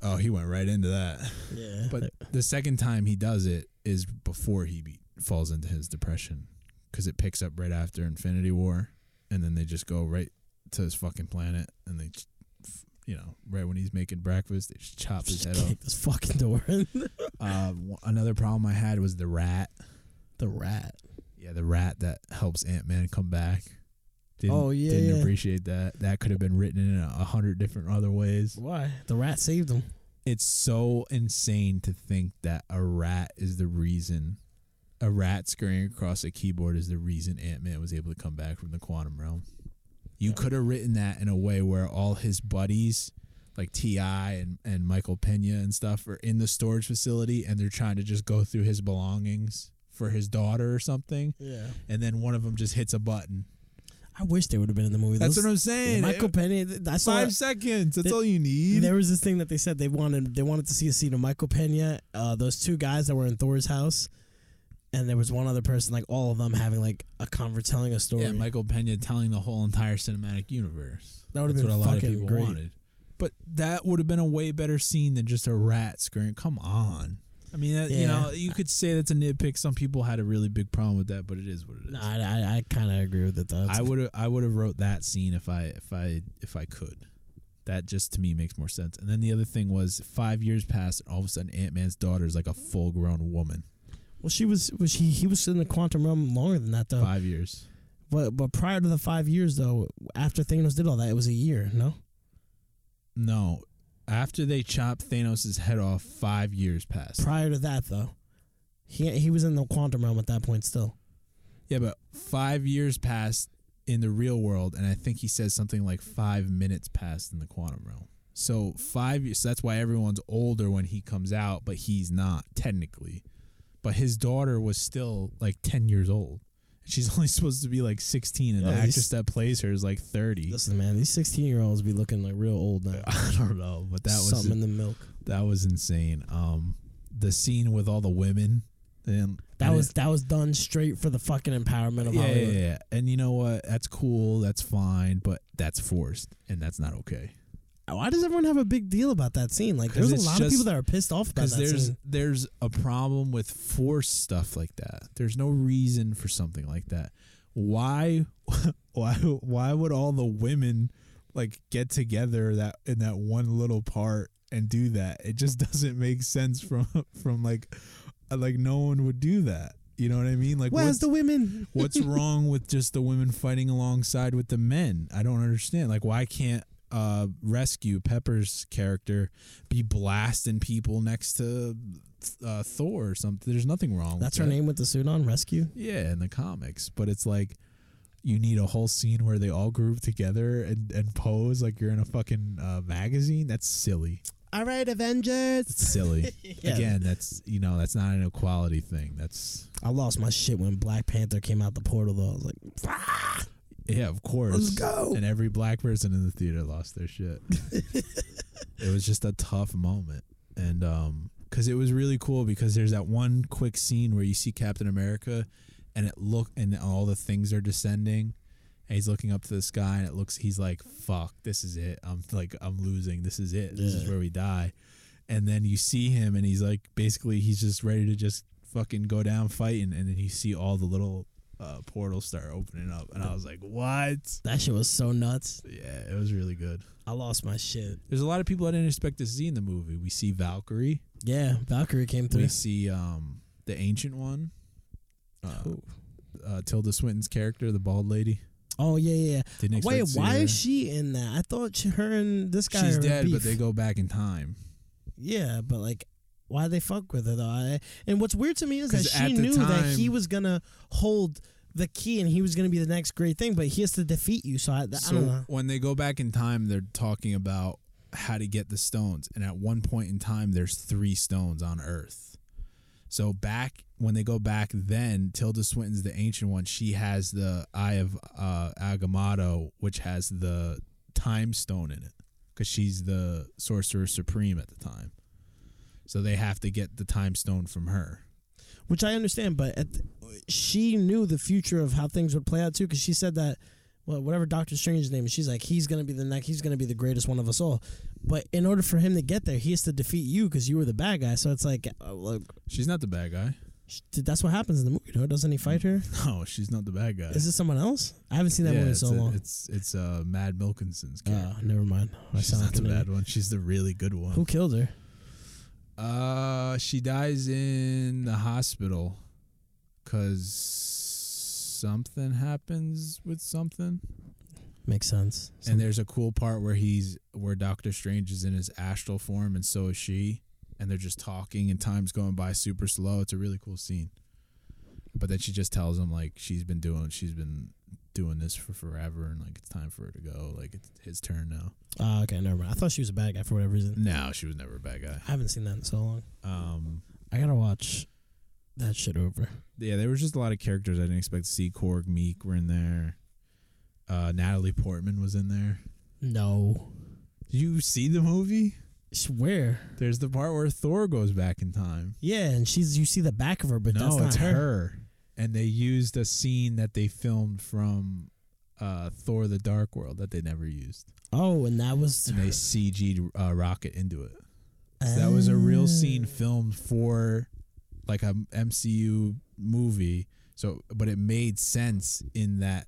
[SPEAKER 7] oh, he went right into that.
[SPEAKER 8] Yeah,
[SPEAKER 7] But the second time he does it is before he be, falls into his depression because it picks up right after Infinity War, and then they just go right to his fucking planet, and they, just, you know, right when he's making breakfast, they just chop his
[SPEAKER 8] just
[SPEAKER 7] head off.
[SPEAKER 8] kicked his fucking door in.
[SPEAKER 7] Uh, w- another problem I had was the rat.
[SPEAKER 8] the rat.
[SPEAKER 7] Yeah, the rat that helps Ant Man come back. Didn't,
[SPEAKER 8] Oh, yeah,
[SPEAKER 7] didn't
[SPEAKER 8] yeah.
[SPEAKER 7] appreciate that. That could have been written in a hundred different other ways.
[SPEAKER 8] Why? The rat saved him.
[SPEAKER 7] it's so insane to think that a rat is the reason a rat scurrying across a keyboard is the reason Ant Man was able to come back from the quantum realm. You could have written that in a way where all his buddies, like T.I. and, and Michael Pena and stuff, are in the storage facility and they're trying to just go through his belongings for his daughter or something.
[SPEAKER 8] Yeah.
[SPEAKER 7] And then one of them just hits a button.
[SPEAKER 8] I wish they would have been in the movie.
[SPEAKER 7] That's
[SPEAKER 8] Those-
[SPEAKER 7] what I'm saying.
[SPEAKER 8] Yeah, Michael
[SPEAKER 7] It-
[SPEAKER 8] Penny. That's
[SPEAKER 7] Five seconds. That's
[SPEAKER 8] Th-
[SPEAKER 7] all you need.
[SPEAKER 8] There was this thing that they said they wanted they wanted to see a scene of Michael Pena, uh, those two guys that were in Thor's house, and there was one other person, like all of them having like a conver telling a story.
[SPEAKER 7] Yeah, Michael Pena telling the whole entire cinematic universe.
[SPEAKER 8] That would've
[SPEAKER 7] That's
[SPEAKER 8] been
[SPEAKER 7] what a lot of
[SPEAKER 8] fucking
[SPEAKER 7] people
[SPEAKER 8] great.
[SPEAKER 7] wanted. But that would have been a way better scene than just a rat screaming. Come on. I mean, that, you
[SPEAKER 8] Yeah.
[SPEAKER 7] know, you could say that's a nitpick. Some people had a really big problem with that, but it is what it is.
[SPEAKER 8] No, I, I, I kind of agree with it though. It's-
[SPEAKER 7] I would have I would have wrote that scene if I if I if I could. That just to me makes more sense. And then the other thing was five years passed, and all of a sudden Ant Man's daughter is like a full grown woman.
[SPEAKER 8] Well, she was was he he was in the quantum realm longer than that though.
[SPEAKER 7] Five years.
[SPEAKER 8] But but prior to the five years though, after Thanos did all that, it was a year. No,
[SPEAKER 7] No, after they chop Thanos' head off, five years passed.
[SPEAKER 8] prior to that though, he he was in the quantum realm at that point still.
[SPEAKER 7] yeah, but five years passed in the real world, and I think he says something like five minutes passed in the quantum realm. So five years. So that's why everyone's older when he comes out, but he's not technically. But his daughter was still like ten years old. She's only supposed to be like sixteen, and
[SPEAKER 8] Yeah,
[SPEAKER 7] the
[SPEAKER 8] he's-
[SPEAKER 7] actress that plays her is like thirty.
[SPEAKER 8] Listen, man, these sixteen year olds be looking like real old now.
[SPEAKER 7] I don't know, but that was
[SPEAKER 8] something in the milk.
[SPEAKER 7] that was insane. Um, the scene with all the women and
[SPEAKER 8] That
[SPEAKER 7] and
[SPEAKER 8] was
[SPEAKER 7] it-
[SPEAKER 8] that was done straight for the fucking empowerment of
[SPEAKER 7] yeah, yeah,
[SPEAKER 8] Hollywood.
[SPEAKER 7] yeah, yeah. And you know what? That's cool. That's fine, but that's forced, and that's not okay.
[SPEAKER 8] Why does everyone have a big deal about that scene? Like,
[SPEAKER 7] 'Cause
[SPEAKER 8] there's a
[SPEAKER 7] it's
[SPEAKER 8] lot of
[SPEAKER 7] just-
[SPEAKER 8] people that are pissed off about
[SPEAKER 7] Because
[SPEAKER 8] that
[SPEAKER 7] there's
[SPEAKER 8] scene.
[SPEAKER 7] there's a problem with forced stuff like that. There's no reason for something like that. Why why why would all the women like get together that in that one little part and do that? It just doesn't make sense from from like uh, like no one would do that. You know what I mean? Like
[SPEAKER 8] Where's
[SPEAKER 7] what's-
[SPEAKER 8] the women?
[SPEAKER 7] What's wrong with just the women fighting alongside with the men? I don't understand. Like, why can't uh, Rescue Pepper's character be blasting people next to uh, Thor or something? There's nothing wrong.
[SPEAKER 8] That's
[SPEAKER 7] with
[SPEAKER 8] her
[SPEAKER 7] that.
[SPEAKER 8] name with the suit on. Rescue.
[SPEAKER 7] Yeah, in the comics, but it's like you need a whole scene where they all group together and, and pose like you're in a fucking uh, magazine. That's silly.
[SPEAKER 8] All right, Avengers.
[SPEAKER 7] It's silly.
[SPEAKER 8] Yeah.
[SPEAKER 7] Again, that's you know that's not an equality thing. That's
[SPEAKER 8] I lost my shit when Black Panther came out the portal though. I was like, "Ah."
[SPEAKER 7] Yeah, of course.
[SPEAKER 8] Let's go.
[SPEAKER 7] And every black person in the theater lost their shit. it was just a tough moment. And um cuz it was really cool because there's that one quick scene where you see Captain America and it look and all the things are descending and he's looking up to the sky and it looks he's like fuck this is it. I'm like I'm losing. This is it. This is
[SPEAKER 8] Yeah.
[SPEAKER 7] where we die. And then you see him and he's like basically he's just ready to just fucking go down fighting and then you see all the little uh, portals start opening up and I was like, "What?"
[SPEAKER 8] that shit was so nuts.
[SPEAKER 7] Yeah, it was really good.
[SPEAKER 8] I lost my shit.
[SPEAKER 7] There's a lot of people I didn't expect to see in the movie. We see Valkyrie.
[SPEAKER 8] Yeah, Valkyrie came through.
[SPEAKER 7] We see um the ancient one. Uh, uh, Tilda Swinton's character, the bald lady.
[SPEAKER 8] Oh yeah, yeah. yeah.
[SPEAKER 7] Didn't expect
[SPEAKER 8] Wait,
[SPEAKER 7] to see
[SPEAKER 8] why
[SPEAKER 7] her.
[SPEAKER 8] is she in that? I thought she, her and this guy.
[SPEAKER 7] She's
[SPEAKER 8] are
[SPEAKER 7] dead,
[SPEAKER 8] beef.
[SPEAKER 7] but they go back in time.
[SPEAKER 8] Yeah, but like, why they fuck with her though? I, and what's weird to me is that
[SPEAKER 7] 'Cause at
[SPEAKER 8] she
[SPEAKER 7] the
[SPEAKER 8] knew that
[SPEAKER 7] time-
[SPEAKER 8] he was gonna hold the key and he was gonna be the next great thing, but he has to defeat you. So I, I
[SPEAKER 7] So
[SPEAKER 8] don't know.
[SPEAKER 7] when they go back in time, they're talking about how to get the stones, and at one point in time, there's three stones on Earth. So back when they go back, then Tilda Swinton's the ancient one. She has the Eye of uh, Agamotto, which has the time stone in it, because she's the sorcerer supreme at the time. So they have to get the time stone from her.
[SPEAKER 8] which I understand, but at she knew the future of how things would play out too, because she said that well, whatever Doctor Strange's name is, she's like he's gonna be the next, he's gonna be the greatest one of us all. But in order for him to get there, he has to defeat you because you were the bad guy. So it's like, uh, look,
[SPEAKER 7] She's not the bad guy.
[SPEAKER 8] sh- that's what happens in the movie. though. Doesn't he fight her?
[SPEAKER 7] No, she's not the bad guy.
[SPEAKER 8] Is it someone else? I haven't seen that
[SPEAKER 7] Mm, yeah,
[SPEAKER 8] movie in
[SPEAKER 7] it's,
[SPEAKER 8] so
[SPEAKER 7] a-
[SPEAKER 8] long.
[SPEAKER 7] it's it's uh, Mad Milkinson's character.
[SPEAKER 8] Uh, never mind. I
[SPEAKER 7] She's
[SPEAKER 8] sound
[SPEAKER 7] not
[SPEAKER 8] like
[SPEAKER 7] the
[SPEAKER 8] an
[SPEAKER 7] bad
[SPEAKER 8] idiot.
[SPEAKER 7] one. She's the really good
[SPEAKER 8] Who
[SPEAKER 7] one.
[SPEAKER 8] killed her?
[SPEAKER 7] Uh, she dies in the hospital because something happens with something.
[SPEAKER 8] Makes sense.
[SPEAKER 7] And there's a cool part where he's where Doctor Strange is in his astral form, and so is she, and they're just talking, and time's going by super slow. It's a really cool scene. But then she just tells him like she's been doing, she's been doing this for forever, and like it's time for her to go. Like it's his turn now.
[SPEAKER 8] Ah, okay, never mind. I thought she was a bad guy for whatever reason.
[SPEAKER 7] No, she was never a bad guy.
[SPEAKER 8] I haven't seen that in so long.
[SPEAKER 7] Um,
[SPEAKER 8] I gotta watch that shit over.
[SPEAKER 7] yeah, there was just a lot of characters I didn't expect to see. Korg, Meek were in there. Uh, Natalie Portman was in there.
[SPEAKER 8] No.
[SPEAKER 7] Did you see the movie?
[SPEAKER 8] Where?
[SPEAKER 7] There's the part where Thor goes back in time.
[SPEAKER 8] Yeah, and she's you see the back of her, but that's
[SPEAKER 7] no,
[SPEAKER 8] not
[SPEAKER 7] it's
[SPEAKER 8] her.
[SPEAKER 7] her. And they used a scene that they filmed from uh, Thor: The Dark World that they never used.
[SPEAKER 8] Oh, and that was
[SPEAKER 7] and they CG'd uh, Rocket into it. So that was a real scene filmed for like a MCU movie. So, but it made sense in that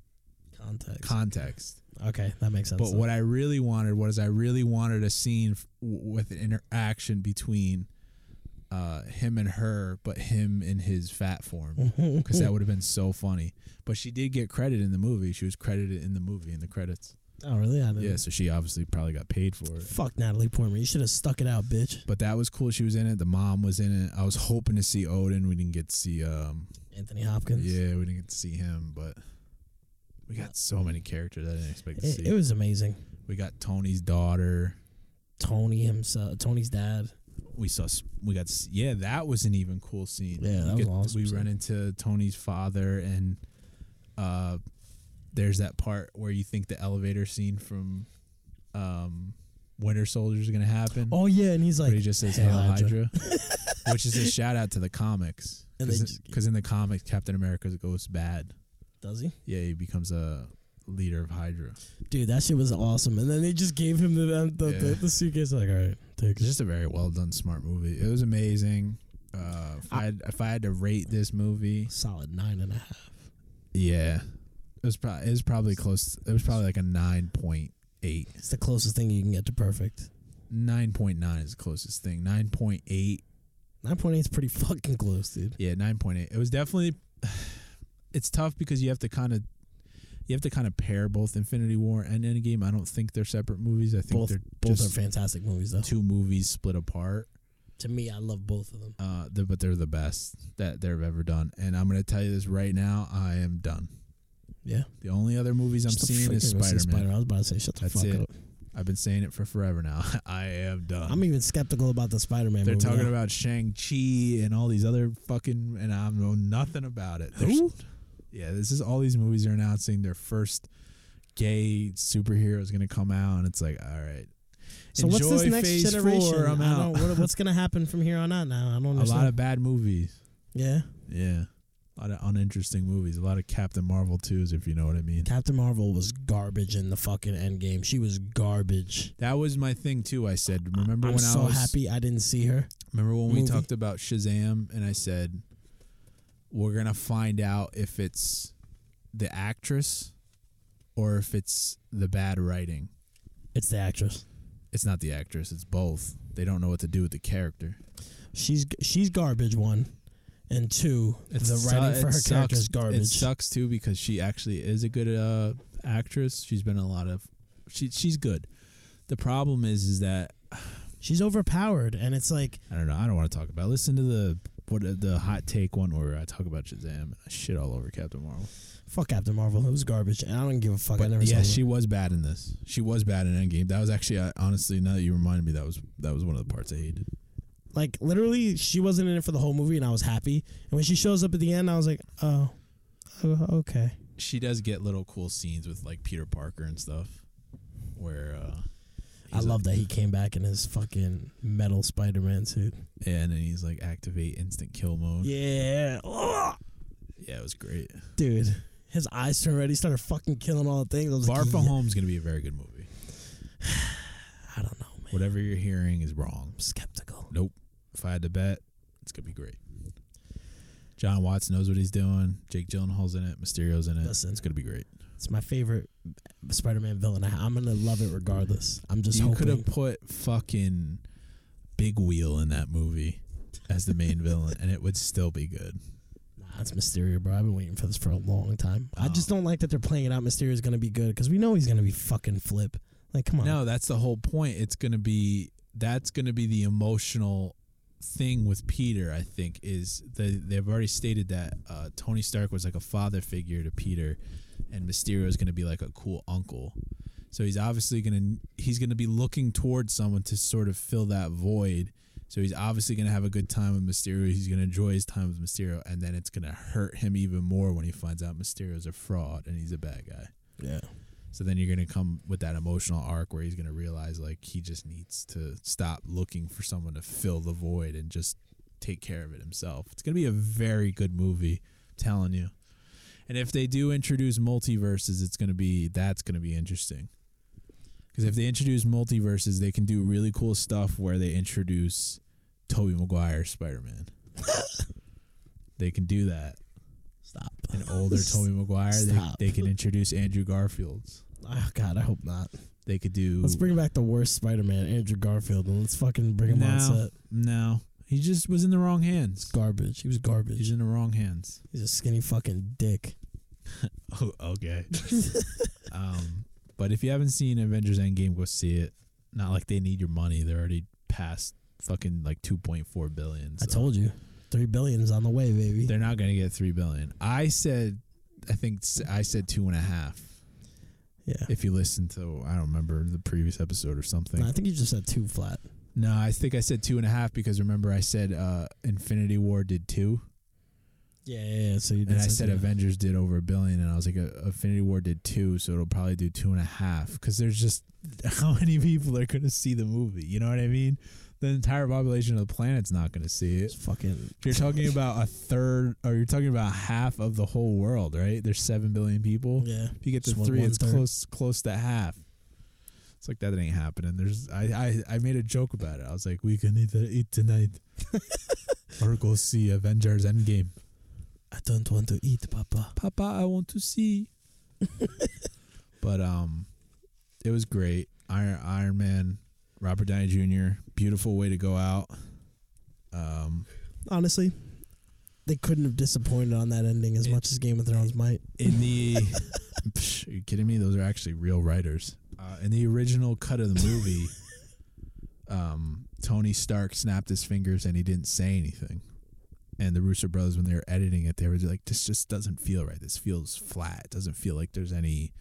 [SPEAKER 8] context.
[SPEAKER 7] context.
[SPEAKER 8] okay, that makes sense.
[SPEAKER 7] But what I really wanted was I really wanted a scene f- w- with an interaction between uh, him and her, but him in his fat form, because that would have been so funny. But she did get credit in the movie. She was credited in the movie in the credits.
[SPEAKER 8] oh, really? I didn't.
[SPEAKER 7] Yeah, so she obviously probably got paid for it.
[SPEAKER 8] Fuck Natalie Portman. You should have stuck it out, bitch.
[SPEAKER 7] But that was cool. She was in it. The mom was in it. I was hoping to see Odin. We didn't get to see. Um,
[SPEAKER 8] Anthony Hopkins.
[SPEAKER 7] yeah, we didn't get to see him, but we got so many characters I didn't expect to see.
[SPEAKER 8] It, it was amazing.
[SPEAKER 7] we got Tony's daughter.
[SPEAKER 8] Tony himself, Tony's dad.
[SPEAKER 7] we saw s- we got s- yeah that was an even cool scene
[SPEAKER 8] Yeah, that
[SPEAKER 7] we
[SPEAKER 8] was an awesome
[SPEAKER 7] we
[SPEAKER 8] scene.
[SPEAKER 7] run into tony's father and uh there's that part where you think the elevator scene from um winter soldier is gonna happen
[SPEAKER 8] Oh yeah, and he's like,
[SPEAKER 7] but he just says hail hydra, which is a shout out to the comics
[SPEAKER 8] And they
[SPEAKER 7] because
[SPEAKER 8] just-
[SPEAKER 7] in the comics captain america goes bad
[SPEAKER 8] Does he?
[SPEAKER 7] yeah he becomes a leader of hydra
[SPEAKER 8] Dude, that shit was awesome. And then they just gave him the the, the,
[SPEAKER 7] Yeah.
[SPEAKER 8] the suitcase. Like, all right, take
[SPEAKER 7] It's
[SPEAKER 8] it.
[SPEAKER 7] just a very well done, smart movie. It was amazing. Uh, if I had, if I had to rate this movie,
[SPEAKER 8] Solid nine and a half.
[SPEAKER 7] yeah, it was probably it was probably close. It was probably like a 9.8.
[SPEAKER 8] It's the closest thing you can get to perfect.
[SPEAKER 7] 9.9 is the closest thing. 9.8.
[SPEAKER 8] Nine point eight is pretty fucking close, dude.
[SPEAKER 7] Yeah, 9.8. It was definitely. It's tough because you have to kind of. You have to kind of pair both Infinity War and Endgame. I don't think they're separate movies. I think
[SPEAKER 8] Both
[SPEAKER 7] they're
[SPEAKER 8] both are
[SPEAKER 7] just
[SPEAKER 8] fantastic movies, though.
[SPEAKER 7] two movies split apart.
[SPEAKER 8] To me, I love both of them.
[SPEAKER 7] Uh, they're, but they're the best that they've ever done. And I'm gonna tell you this right now. I am done.
[SPEAKER 8] Yeah,
[SPEAKER 7] The only other movies I'm
[SPEAKER 8] Shut the
[SPEAKER 7] seeing
[SPEAKER 8] fuck
[SPEAKER 7] is
[SPEAKER 8] up, I see
[SPEAKER 7] Spider
[SPEAKER 8] Spider.
[SPEAKER 7] Man.
[SPEAKER 8] I was about to say, shut the
[SPEAKER 7] That's
[SPEAKER 8] fuck
[SPEAKER 7] it.
[SPEAKER 8] up.
[SPEAKER 7] I've been saying it for forever now. I am done.
[SPEAKER 8] I'm even skeptical about the Spider Man.
[SPEAKER 7] They're talking about Shang Chi and all these other fucking, and I know nothing about it. There's-
[SPEAKER 8] Who?
[SPEAKER 7] Yeah, this is all these movies are announcing their first gay superhero is going to come out, and it's like, all right.
[SPEAKER 8] So what's this
[SPEAKER 7] Enjoy
[SPEAKER 8] next
[SPEAKER 7] phase
[SPEAKER 8] generation?
[SPEAKER 7] Four, I'm
[SPEAKER 8] I don't-
[SPEAKER 7] out.
[SPEAKER 8] what- what's gonna happen from here on out? Now I don't
[SPEAKER 7] a
[SPEAKER 8] understand.
[SPEAKER 7] lot of bad movies.
[SPEAKER 8] yeah,
[SPEAKER 7] Yeah, a lot of uninteresting movies. A lot of Captain Marvel twos, if you know what I mean.
[SPEAKER 8] Captain Marvel was garbage in the fucking Endgame. She was garbage.
[SPEAKER 7] That was my thing too. I said, remember
[SPEAKER 8] I'm
[SPEAKER 7] when
[SPEAKER 8] so
[SPEAKER 7] I was
[SPEAKER 8] happy I didn't see her.
[SPEAKER 7] Remember when we
[SPEAKER 8] movie.
[SPEAKER 7] talked about Shazam and I said we're going to find out if it's the actress or if it's the bad writing.
[SPEAKER 8] It's the actress.
[SPEAKER 7] It's not the actress, it's both. They don't know what to do with the character.
[SPEAKER 8] She's she's garbage. One and two.
[SPEAKER 7] It's
[SPEAKER 8] the writing for her
[SPEAKER 7] sucks.
[SPEAKER 8] character is
[SPEAKER 7] It
[SPEAKER 8] garbage.
[SPEAKER 7] sucks too because she actually is a good uh, actress. She's been in a lot of she she's good. The problem is is that
[SPEAKER 8] She's overpowered, and it's like
[SPEAKER 7] I don't know. I don't want to talk about. it. Listen to the what the hot take one where I talk about Shazam and I shit all over Captain Marvel.
[SPEAKER 8] fuck Captain Marvel. It was garbage, and I don't give a fuck. I
[SPEAKER 7] But
[SPEAKER 8] never
[SPEAKER 7] yeah,
[SPEAKER 8] saw
[SPEAKER 7] she was bad in this. She was bad in Endgame. That was actually I, honestly now that you reminded me that was that was one of the parts I hated.
[SPEAKER 8] like literally she wasn't in it for the whole movie, and I was happy. And when she shows up at the end, I was like, oh, oh, okay.
[SPEAKER 7] She does get little cool scenes with like Peter Parker and stuff, where uh,
[SPEAKER 8] I
[SPEAKER 7] he's
[SPEAKER 8] love
[SPEAKER 7] like-
[SPEAKER 8] that he came back in his fucking metal Spider Man suit.
[SPEAKER 7] And then he's like activate instant kill mode. Yeah,
[SPEAKER 8] Yeah. Ugh.
[SPEAKER 7] it was great.
[SPEAKER 8] Dude, his eyes turned red. He started fucking killing all the things. I was
[SPEAKER 7] Far
[SPEAKER 8] like,
[SPEAKER 7] From
[SPEAKER 8] yeah.
[SPEAKER 7] Home's gonna be a very good movie.
[SPEAKER 8] I don't know, man.
[SPEAKER 7] Whatever you're hearing is wrong.
[SPEAKER 8] I'm skeptical.
[SPEAKER 7] Nope. If I had to bet, it's gonna be great. John Watts knows what he's doing. Jake Gyllenhaal's in it. Mysterio's in it.
[SPEAKER 8] Listen.
[SPEAKER 7] it's gonna be great.
[SPEAKER 8] It's my favorite Spider Man villain. I, I'm going to love it regardless. I'm just
[SPEAKER 7] you
[SPEAKER 8] hoping.
[SPEAKER 7] could have put fucking Big Wheel in that movie as the main villain, and it would still be good.
[SPEAKER 8] Nah, it's Mysterio, bro. I've been waiting for this for a long time. I just don't like that they're playing it out. Mysterio's going to be good because we know he's going to be fucking flip. Like, come on.
[SPEAKER 7] No, that's the whole point. It's gonna be that's gonna be the emotional thing with Peter. I think is they they've already stated that uh, Tony Stark was like a father figure to Peter, and Mysterio is gonna be like a cool uncle. So he's obviously gonna he's gonna be looking towards someone to sort of fill that void. So he's obviously gonna have a good time with Mysterio. He's gonna enjoy his time with Mysterio, and then it's gonna hurt him even more when he finds out Mysterio's a fraud and he's a bad guy.
[SPEAKER 8] Yeah.
[SPEAKER 7] So then you're gonna come with that emotional arc where he's gonna realize like he just needs to stop looking for someone to fill the void and just take care of it himself. It's gonna be a very good movie, I'm telling you. And if they do introduce multiverses, it's gonna be that's gonna be interesting. Because if they introduce multiverses, they can do really cool stuff where they introduce Toby Maguire Spider Man. they can do that.
[SPEAKER 8] Stop.
[SPEAKER 7] An older Toby Maguire. They,
[SPEAKER 8] Stop.
[SPEAKER 7] they can introduce Andrew Garfield's.
[SPEAKER 8] Oh God, I hope not.
[SPEAKER 7] They could do.
[SPEAKER 8] Let's bring back the worst Spider-Man, Andrew Garfield, and let's fucking bring him
[SPEAKER 7] no,
[SPEAKER 8] on set.
[SPEAKER 7] no. He just was in the wrong hands.
[SPEAKER 8] Garbage. He was
[SPEAKER 7] He's
[SPEAKER 8] garbage.
[SPEAKER 7] in the wrong hands.
[SPEAKER 8] He's a skinny fucking dick.
[SPEAKER 7] Oh, okay. um, but if you haven't seen Avengers Endgame, go see it. Not like they need your money. They're already past fucking like two point four billion.
[SPEAKER 8] I
[SPEAKER 7] so
[SPEAKER 8] told you, three billion is on the way, baby.
[SPEAKER 7] they're not gonna get three billion. I said, I think s- I said two and a half.
[SPEAKER 8] Yeah.
[SPEAKER 7] If you listen to, I don't remember the previous episode or something.
[SPEAKER 8] No, I think you just said two flat.
[SPEAKER 7] No, I think I said two and a half because remember I said uh, Infinity War did two,
[SPEAKER 8] Yeah, yeah. yeah, So you did
[SPEAKER 7] and I
[SPEAKER 8] say
[SPEAKER 7] said
[SPEAKER 8] two.
[SPEAKER 7] Avengers did over a billion, and I was like, uh, Infinity War did two, so it'll probably do two and a half because there's just how many people are going to see the movie? You know what I mean? The entire population of the planet's not going to see it.
[SPEAKER 8] It's fucking.
[SPEAKER 7] You're talking about a third, or you're talking about half of the whole world, right? There's seven billion people.
[SPEAKER 8] Yeah.
[SPEAKER 7] If you get to
[SPEAKER 8] Just one-
[SPEAKER 7] three,
[SPEAKER 8] one
[SPEAKER 7] it's
[SPEAKER 8] third.
[SPEAKER 7] close close to half. It's like that ain't happening. There's I, I I made a joke about it. I was like, we can either eat tonight or go see Avengers Endgame.
[SPEAKER 8] I don't want to eat, Papa.
[SPEAKER 7] Papa, I want to see. but um, it was great. Iron Iron Man, Robert Downey Jr. Beautiful way to go out. Um,
[SPEAKER 8] Honestly, they couldn't have disappointed on that ending as
[SPEAKER 7] It-
[SPEAKER 8] much as Game of Thrones might.
[SPEAKER 7] in the Psh, are you kidding me those are actually real writers uh, in the original cut of the movie um, tony stark snapped his fingers and he didn't say anything and the russo brothers when they were editing it they were like this just doesn't feel right this feels flat it doesn't feel like there's any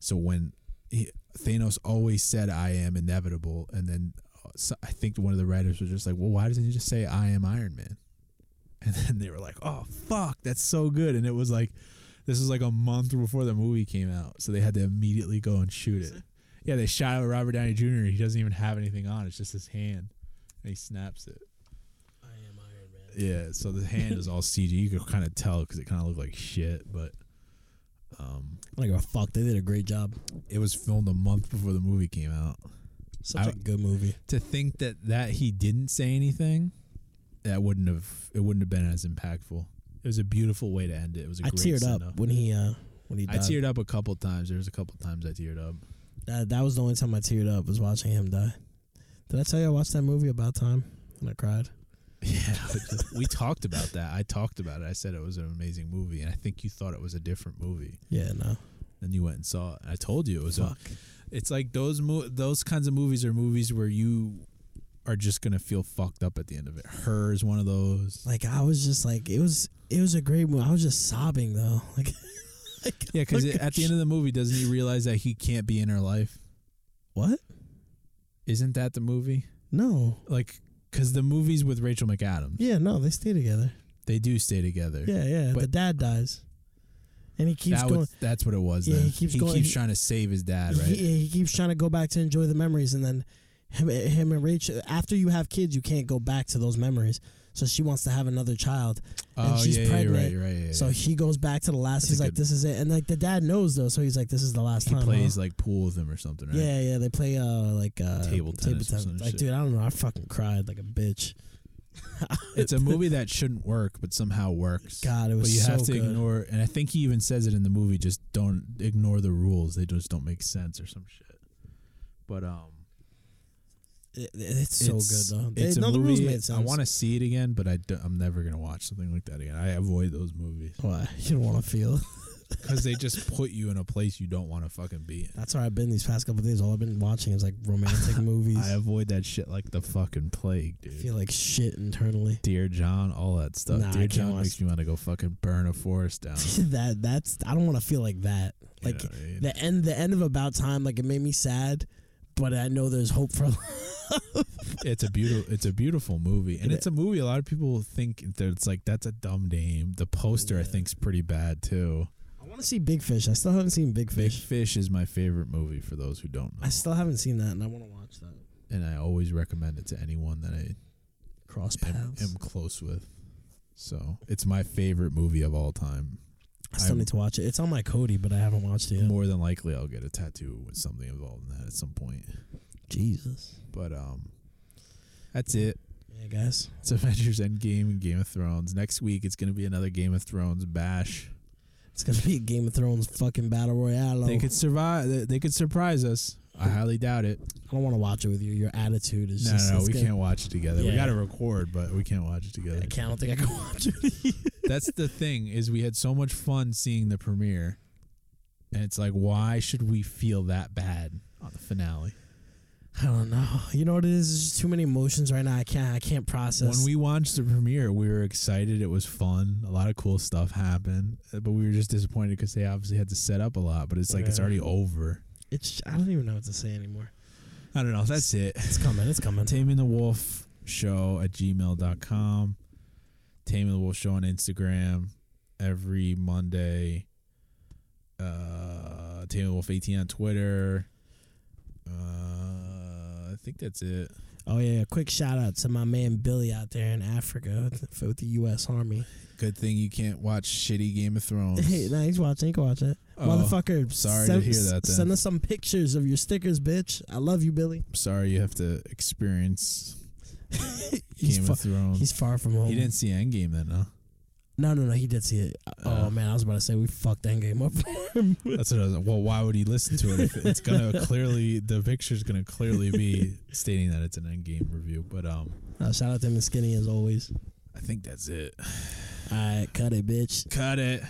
[SPEAKER 7] so when he, thanos always said i am inevitable and then uh, so i think one of the writers was just like well why doesn't he just say i am iron man and then they were like oh fuck that's so good and it was like this was like a month before the movie came out, so they had to immediately go and shoot it. Yeah, they shot out Robert Downey Jr. He doesn't even have anything on; it's just his hand, and he snaps it.
[SPEAKER 8] I am Iron Man.
[SPEAKER 7] Yeah, so the hand is all CG. You could kind of tell because it kind of looked like shit, but
[SPEAKER 8] I don't give a fuck. They did a great job.
[SPEAKER 7] it was filmed a month before the movie came out.
[SPEAKER 8] Such a
[SPEAKER 7] I-
[SPEAKER 8] good movie.
[SPEAKER 7] To think that that he didn't say anything, that wouldn't have it wouldn't have been as impactful. It was a beautiful way to end it. It was a
[SPEAKER 8] I
[SPEAKER 7] great
[SPEAKER 8] teared up
[SPEAKER 7] send-off.
[SPEAKER 8] when he uh when he died.
[SPEAKER 7] I teared up a couple times. There was a couple times I teared up.
[SPEAKER 8] That, that was the only time I teared up was watching him die. Did I tell you I watched that movie about time and I cried?
[SPEAKER 7] Yeah, we talked about that. I talked about it. I said it was an amazing movie, and I think you thought it was a different movie.
[SPEAKER 8] Yeah, no.
[SPEAKER 7] Then you went and saw it. And I told you it was. A,
[SPEAKER 8] Fuck.
[SPEAKER 7] it's like those mo- those kinds of movies are movies where you are just gonna feel fucked up at the end of it. Her is one of those.
[SPEAKER 8] Like I was just like it was it was a great movie. I was just sobbing though. Like, like
[SPEAKER 7] Yeah, because at the end of the movie, doesn't he realize that he can't be in her life?
[SPEAKER 8] what?
[SPEAKER 7] Isn't that the movie?
[SPEAKER 8] No.
[SPEAKER 7] Like, because the movies with Rachel McAdams,
[SPEAKER 8] Yeah, no, they stay together.
[SPEAKER 7] they do stay together.
[SPEAKER 8] Yeah, yeah. the
[SPEAKER 7] But-
[SPEAKER 8] dad dies. And he keeps
[SPEAKER 7] that
[SPEAKER 8] going
[SPEAKER 7] was, that's what it was.
[SPEAKER 8] Yeah,
[SPEAKER 7] then.
[SPEAKER 8] he keeps going-
[SPEAKER 7] trying to save his dad, right?
[SPEAKER 8] he, he keeps trying to go back to enjoy the memories and then him, him and Rachel after you have kids you can't go back to those memories so she wants to have another child and
[SPEAKER 7] Oh,
[SPEAKER 8] she's
[SPEAKER 7] yeah, yeah, you're
[SPEAKER 8] pregnant
[SPEAKER 7] right, you're right, yeah,
[SPEAKER 8] so
[SPEAKER 7] yeah.
[SPEAKER 8] he goes back to the last
[SPEAKER 7] That's
[SPEAKER 8] he's
[SPEAKER 7] a
[SPEAKER 8] like
[SPEAKER 7] good-
[SPEAKER 8] this is it and like the dad knows though so he's like this is the last
[SPEAKER 7] he
[SPEAKER 8] time
[SPEAKER 7] plays
[SPEAKER 8] huh?
[SPEAKER 7] like pool with him or something, right?
[SPEAKER 8] yeah yeah they play uh like uh
[SPEAKER 7] Table tennis or some
[SPEAKER 8] like
[SPEAKER 7] shit.
[SPEAKER 8] dude I don't know I fucking cried like a bitch
[SPEAKER 7] It's a movie that shouldn't work, but somehow works.
[SPEAKER 8] God, it was
[SPEAKER 7] But you have to
[SPEAKER 8] so good.
[SPEAKER 7] ignore, and I think he even says it in the movie. Just don't ignore the rules; they just don't make sense or some shit. But um,
[SPEAKER 8] It- it's so
[SPEAKER 7] it's-
[SPEAKER 8] good though
[SPEAKER 7] It's
[SPEAKER 8] They-
[SPEAKER 7] a
[SPEAKER 8] no, the
[SPEAKER 7] movie.
[SPEAKER 8] rules made sense
[SPEAKER 7] I want to see it again, but I am never gonna watch something like that again. I avoid those movies
[SPEAKER 8] why you don't want to feel
[SPEAKER 7] because they just put you in a place you don't want to fucking be in.
[SPEAKER 8] that's where I've been these past couple days all I've been watching is like romantic movies
[SPEAKER 7] I avoid that shit like the fucking plague, dude.
[SPEAKER 8] I feel like shit internally
[SPEAKER 7] Dear John, all that stuff.
[SPEAKER 8] Nah, I
[SPEAKER 7] Dear
[SPEAKER 8] can't
[SPEAKER 7] John
[SPEAKER 8] watch-
[SPEAKER 7] makes me want to go fucking burn a forest down.
[SPEAKER 8] that that's I don't want to feel like that. Like
[SPEAKER 7] know what I mean?
[SPEAKER 8] the end the end of about time like it made me sad, but I know there's hope for
[SPEAKER 7] it's a beautiful it's a beautiful movie and it's a movie a lot of people think that it's like that's a dumb name the poster i think's pretty bad too
[SPEAKER 8] I want to see Big Fish. I still haven't seen Big
[SPEAKER 7] big
[SPEAKER 8] Fish.
[SPEAKER 7] fish is my favorite movie for those who don't know
[SPEAKER 8] I still haven't seen that and I want to watch that.
[SPEAKER 7] and i always recommend it to anyone that i
[SPEAKER 8] Cross
[SPEAKER 7] am,
[SPEAKER 8] paths.
[SPEAKER 7] am close with so it's my favorite movie of all time
[SPEAKER 8] I still
[SPEAKER 7] I'm-
[SPEAKER 8] need to watch it. It's on my Cody, but I haven't watched it yet.
[SPEAKER 7] More than likely, I'll get a tattoo with something involved in that at some point.
[SPEAKER 8] Jesus.
[SPEAKER 7] But um, that's it.
[SPEAKER 8] Yeah, guys.
[SPEAKER 7] It's Avengers Endgame and Game of Thrones. Next week, it's gonna be another Game of Thrones bash.
[SPEAKER 8] It's gonna be a Game of Thrones fucking battle royale.
[SPEAKER 7] They could survive. they- They could surprise us. I highly doubt it.
[SPEAKER 8] I don't want to watch it with you. Your attitude is
[SPEAKER 7] No,
[SPEAKER 8] just.
[SPEAKER 7] no,
[SPEAKER 8] it's
[SPEAKER 7] we
[SPEAKER 8] gonna-
[SPEAKER 7] can't watch it together. We
[SPEAKER 8] Yeah.
[SPEAKER 7] got to record, but we can't watch it together.
[SPEAKER 8] I can't. I don't think I can watch it. with you.
[SPEAKER 7] That's the thing is we had so much fun seeing the premiere, and it's like, why should we feel that bad on the finale?
[SPEAKER 8] I don't know. You know what it is? It's just too many emotions right now. I can't. I can't process.
[SPEAKER 7] When we watched the premiere, we were excited. It was fun. A lot of cool stuff happened, uh, but we were just disappointed because they obviously had to set up a lot. But it's like it's
[SPEAKER 8] Yeah.
[SPEAKER 7] already over.
[SPEAKER 8] it's. I don't even know what to say anymore.
[SPEAKER 7] I don't know. That's it.
[SPEAKER 8] It's coming. It's coming.
[SPEAKER 7] Taming the Wolf Show at gmail.com. Taming the Wolf Show on Instagram every Monday. Uh, Taming the Wolf 18 on Twitter. Uh, I think that's it.
[SPEAKER 8] Oh yeah! Quick shout out to my man Billy out there in Africa with the- with the U.S. Army.
[SPEAKER 7] Good thing you can't watch shitty Game of Thrones.
[SPEAKER 8] Hey, no, he's watching. He can watch it.
[SPEAKER 7] Oh,
[SPEAKER 8] Motherfucker.
[SPEAKER 7] sorry to
[SPEAKER 8] send,
[SPEAKER 7] hear that, then.
[SPEAKER 8] Send us some pictures of your stickers, bitch. I love you, Billy.
[SPEAKER 7] I'm sorry you have to experience
[SPEAKER 8] He's
[SPEAKER 7] Game
[SPEAKER 8] fu-
[SPEAKER 7] of Thrones.
[SPEAKER 8] He's far from home.
[SPEAKER 7] he didn't see Endgame then, huh?
[SPEAKER 8] No, no, no. He did see it. oh man, I was about to say we fucked Endgame up.
[SPEAKER 7] That's what I was. Well, why would he listen to it? If it's gonna clearly the picture's gonna clearly be stating that it's an endgame review. But um,
[SPEAKER 8] Uh, shout out to him and Skinny as always.
[SPEAKER 7] I think that's it.
[SPEAKER 8] All right, cut it, bitch.
[SPEAKER 7] Cut it.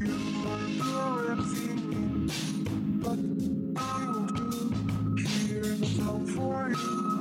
[SPEAKER 6] But I will do here for you.